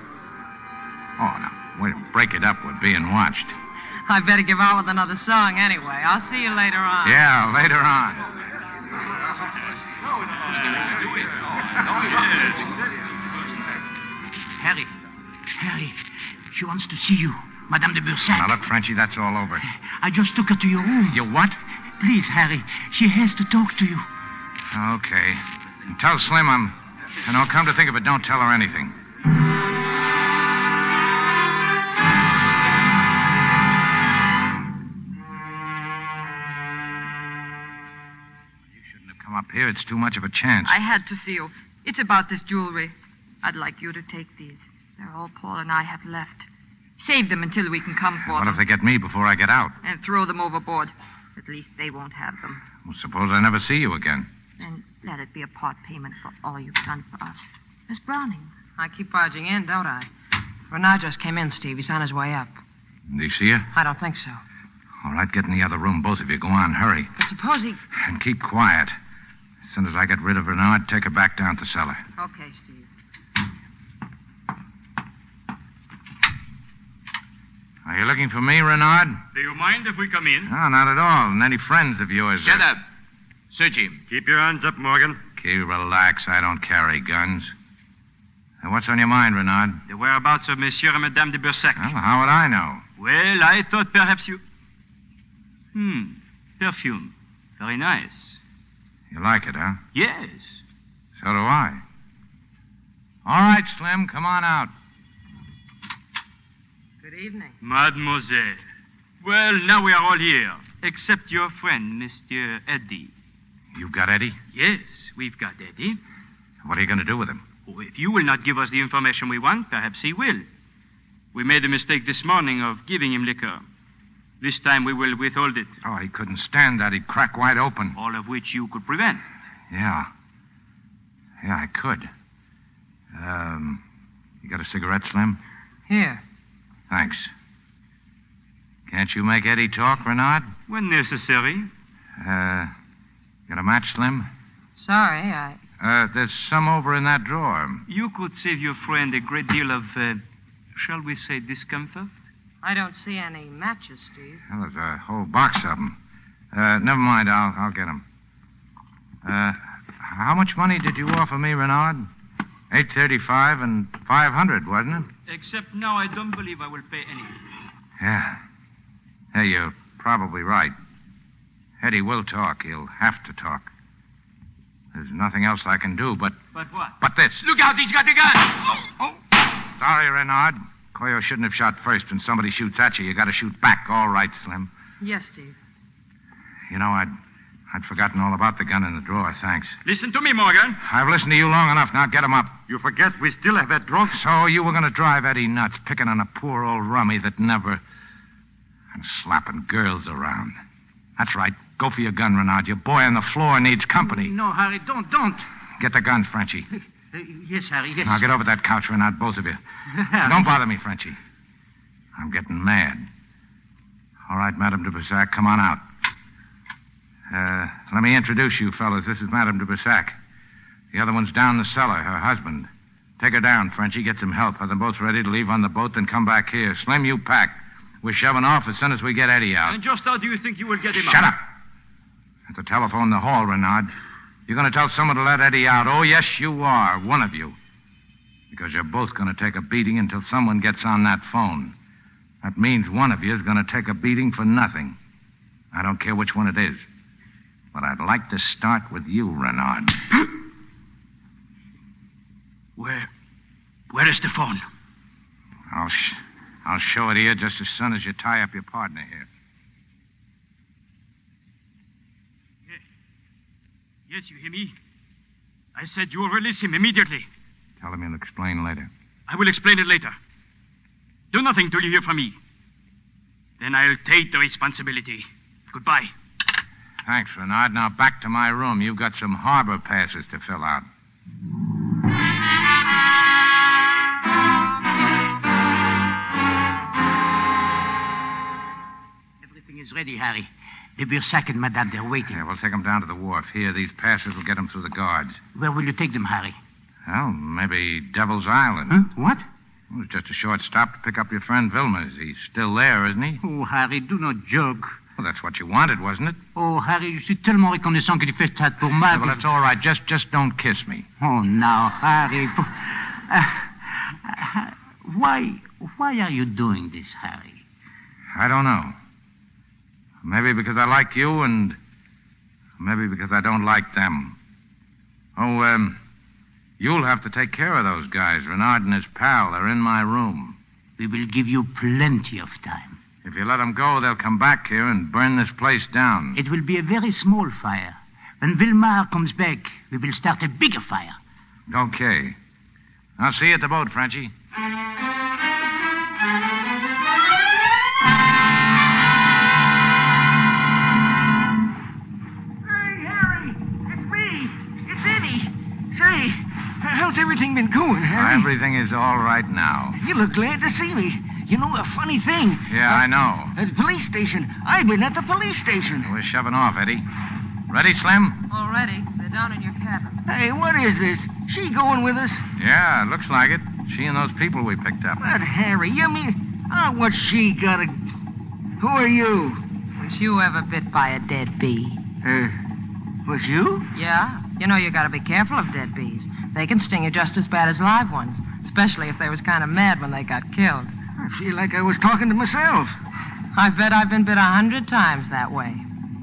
Speaker 3: Oh, no. Wait, break it up. We're being watched.
Speaker 7: I better give out with another song anyway. I'll see you later
Speaker 6: Ah.
Speaker 7: on.
Speaker 3: Yeah, later on.
Speaker 6: Harry, Harry, she wants to see you. Madame de Bursac.
Speaker 3: Now, look, Frenchie, that's all over.
Speaker 6: I just took her to your room.
Speaker 3: You what?
Speaker 6: Please, Harry, she has to talk to you.
Speaker 3: Okay. And tell Slim I'm. You know, come to think of it, don't tell her anything. You shouldn't have come up here. It's too much of a chance.
Speaker 14: I had to see you. It's about this jewelry. I'd like you to take these. They're all Paul and I have left. Save them until we can come for
Speaker 3: What
Speaker 14: them.
Speaker 3: if they get me before I get out?
Speaker 14: And throw them overboard. At least they won't have them.
Speaker 3: Well, suppose I never see you again.
Speaker 14: And let it be a part payment for all you've done for us.
Speaker 7: Miss Browning. I keep barging in, don't I? Renard just came in, Steve. He's on his way up.
Speaker 3: Do you see her?
Speaker 7: I don't think so.
Speaker 3: All right, get in the other room, both of you. Go on, hurry.
Speaker 7: But suppose he.
Speaker 3: And keep quiet. As soon as I get rid of Bernard, take her back down to the cellar.
Speaker 7: Okay, Steve.
Speaker 3: Are you looking for me, Renard?
Speaker 11: Do you mind if we come in?
Speaker 3: No, not at all. And any friends of yours? Shut
Speaker 11: up.
Speaker 3: Search him. Keep your hands up, Morgan. Okay, relax. I don't carry guns. Now, Uh, what's on your mind, Renard?
Speaker 11: The whereabouts of Monsieur and Madame de Bursac.
Speaker 3: Well, how would I know?
Speaker 11: Well, I thought perhaps you. Hmm, perfume. Very nice.
Speaker 3: You like it, huh?
Speaker 11: Yes.
Speaker 3: So do I. All right, Slim, come on out.
Speaker 7: Good evening.
Speaker 11: Mademoiselle. Well, now we are all here, except your friend, Monsieur Eddie.
Speaker 3: You've got Eddie?
Speaker 11: Yes, we've got Eddie.
Speaker 3: What are you going to do with him?
Speaker 11: Oh, if you will not give us the information we want, perhaps he will. We made a mistake this morning of giving him liquor. This time we will withhold it.
Speaker 3: Oh, he couldn't stand that. He'd crack wide open.
Speaker 11: All of which you could prevent.
Speaker 3: Yeah. Yeah, I could. Um, you got a cigarette, Slim?
Speaker 7: Here.
Speaker 3: Thanks. Can't you make Eddie talk, Renard?
Speaker 11: When necessary.
Speaker 3: Uh, got a match, Slim?
Speaker 7: Sorry, I.
Speaker 3: Uh, there's some over in that drawer.
Speaker 11: You could save your friend a great deal of, uh, shall we say, discomfort.
Speaker 7: I don't see any matches, Steve.
Speaker 3: Well, there's a whole box of them. Uh, never mind. I'll, I'll get them. Uh, how much money did you offer me, Renard? Eight thirty-five and five hundred, wasn't it?
Speaker 11: Except now I don't believe I will pay any.
Speaker 3: Yeah. Hey, you're probably right. Eddie will talk. He'll have to talk. There's nothing else I can do but
Speaker 11: But what?
Speaker 3: but this.
Speaker 11: Look out, he's got a gun! Oh,
Speaker 3: Sorry, Renard. Coyo shouldn't have shot first. When somebody shoots at you, you got to shoot back. All right, Slim.
Speaker 7: Yes, Steve.
Speaker 3: You know, I'd I'd forgotten all about the gun in the drawer. Thanks.
Speaker 11: Listen to me, Morgan.
Speaker 3: I've listened to you long enough. Now get him up. You forget we still have that drunk. So you were going to drive Eddie nuts, picking on a poor old rummy that never. and slapping girls around. That's right. Go for your gun, Renard. Your boy on the floor needs company.
Speaker 6: No, Harry, don't, don't.
Speaker 3: Get the gun, Frenchie.
Speaker 6: Uh, yes, Harry, yes.
Speaker 3: Now get over that couch, Renard, both of you.
Speaker 6: Harry.
Speaker 3: Don't bother me, Frenchie. I'm getting mad. All right, Madame de Bersac, come on out. Uh, let me introduce you, fellas. This is Madame de Bersac. The other one's down the cellar, her husband. Take her down, Frenchie. Get some help. Are them both ready to leave on the boat, then come back here. Slim, you pack. We're shoving off as soon as we get Eddie out.
Speaker 11: And just how do you think you will get him
Speaker 3: Shut
Speaker 11: out?
Speaker 3: up! At the telephone in the hall, Renard. You're going to tell someone to let Eddie out. Oh, yes, you are, one of you. Because you're both going to take a beating until someone gets on that phone. That means one of you is going to take a beating for nothing. I don't care which one it is. But I'd like to start with you, [COUGHS] Renard.
Speaker 11: Where? Where is the phone?
Speaker 3: I'll, sh- I'll show it here just as soon as you tie up your partner here.
Speaker 11: Yes, you hear me? I said you will release him immediately.
Speaker 3: Tell him you'll explain later.
Speaker 11: I will explain it later. Do nothing till you hear from me. Then I'll take the responsibility. Goodbye.
Speaker 3: Thanks, Renard. Now back to my room. You've got some harbor passes to fill out.
Speaker 6: Everything is ready, Harry. De Bursac and Madame, they're waiting.
Speaker 3: Yeah, we'll take them down to the wharf. Here, these passes will get them through the guards.
Speaker 6: Where will you take them, Harry?
Speaker 3: Well, maybe Devil's Island.
Speaker 6: What?
Speaker 3: It was just a short stop to pick up your friend Vilmers. He's still there, isn't he?
Speaker 6: Oh, Harry, do not joke.
Speaker 3: Well, that's what you wanted, wasn't it?
Speaker 6: Oh, Harry, je suis tellement reconnaissant que tu fais ça pour moi.
Speaker 3: Yeah, well, that's all right. Just, just don't kiss me.
Speaker 6: Oh, now, Harry. po- Uh, why, why are you doing this, Harry?
Speaker 3: I don't know. Maybe because I like you, and maybe because I don't like them. Oh, um, you'll have to take care of those guys, Renard and his pal. They're in my room.
Speaker 6: We will give you plenty of time.
Speaker 3: If you let them go, they'll come back here and burn this place down.
Speaker 6: It will be a very small fire. When Vilmar comes back, we will start a bigger fire.
Speaker 3: Okay. I'll see you at the boat, Frenchie.
Speaker 4: Hey, Harry, it's me. It's Eddie. Say, h- how's everything been going, Harry?
Speaker 3: Everything is all right now.
Speaker 4: You look glad to see me. You know, a funny thing.
Speaker 3: Yeah, I know.
Speaker 4: At the police station. I've been at the police station.
Speaker 3: We're shoving off, Eddie. Ready, Slim?
Speaker 19: Already. They're down in your cabin.
Speaker 4: Hey, what is this? She going with us?
Speaker 3: Yeah, looks like it. She and those people we picked up.
Speaker 4: But, Harry, you mean, ah, what's she got to... Who are you?
Speaker 19: Was you ever bit by a dead bee?
Speaker 4: Uh, was you?
Speaker 7: Yeah. You know, you gotta be careful of dead bees. They can sting you just as bad as live ones, especially if they was kind of mad when they got killed.
Speaker 4: I feel like I was talking to myself.
Speaker 7: I bet I've been bit a hundred times that way.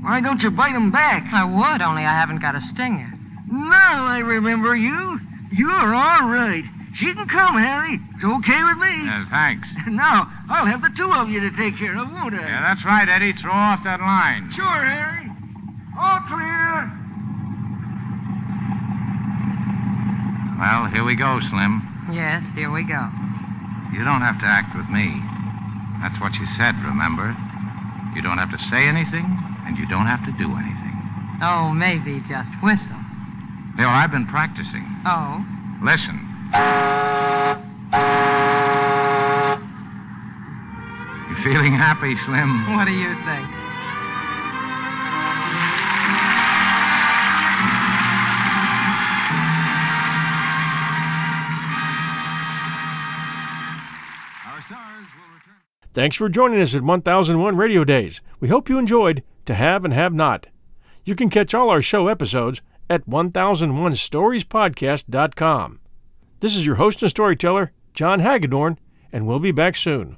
Speaker 4: Why don't you bite 'em back?
Speaker 7: I would, only I haven't got a stinger.
Speaker 4: Now I remember you. You're all right. She can come, Harry. It's okay with me.
Speaker 3: Yeah, Uh,
Speaker 4: [LAUGHS]
Speaker 3: thanks.
Speaker 4: Now, I'll have the two of you to take care of, won't I?
Speaker 3: Yeah, that's right, Eddie. Throw off that line.
Speaker 4: Sure, Harry. All clear.
Speaker 3: Well, here we go, Slim.
Speaker 7: Yes, here we go.
Speaker 3: You don't have to act with me. That's what you said, remember? You don't have to say anything, and you don't have to do anything.
Speaker 7: Oh, maybe just whistle.
Speaker 3: Bill, I've been practicing.
Speaker 7: Oh.
Speaker 3: Listen. You feeling happy, Slim?
Speaker 7: What do you think?
Speaker 1: Thanks for joining us at 1001 Radio Days. We hope you enjoyed To Have and Have Not. You can catch all our show episodes at 1001storiespodcast.com. This is your host and storyteller, John Hagedorn, and we'll be back soon.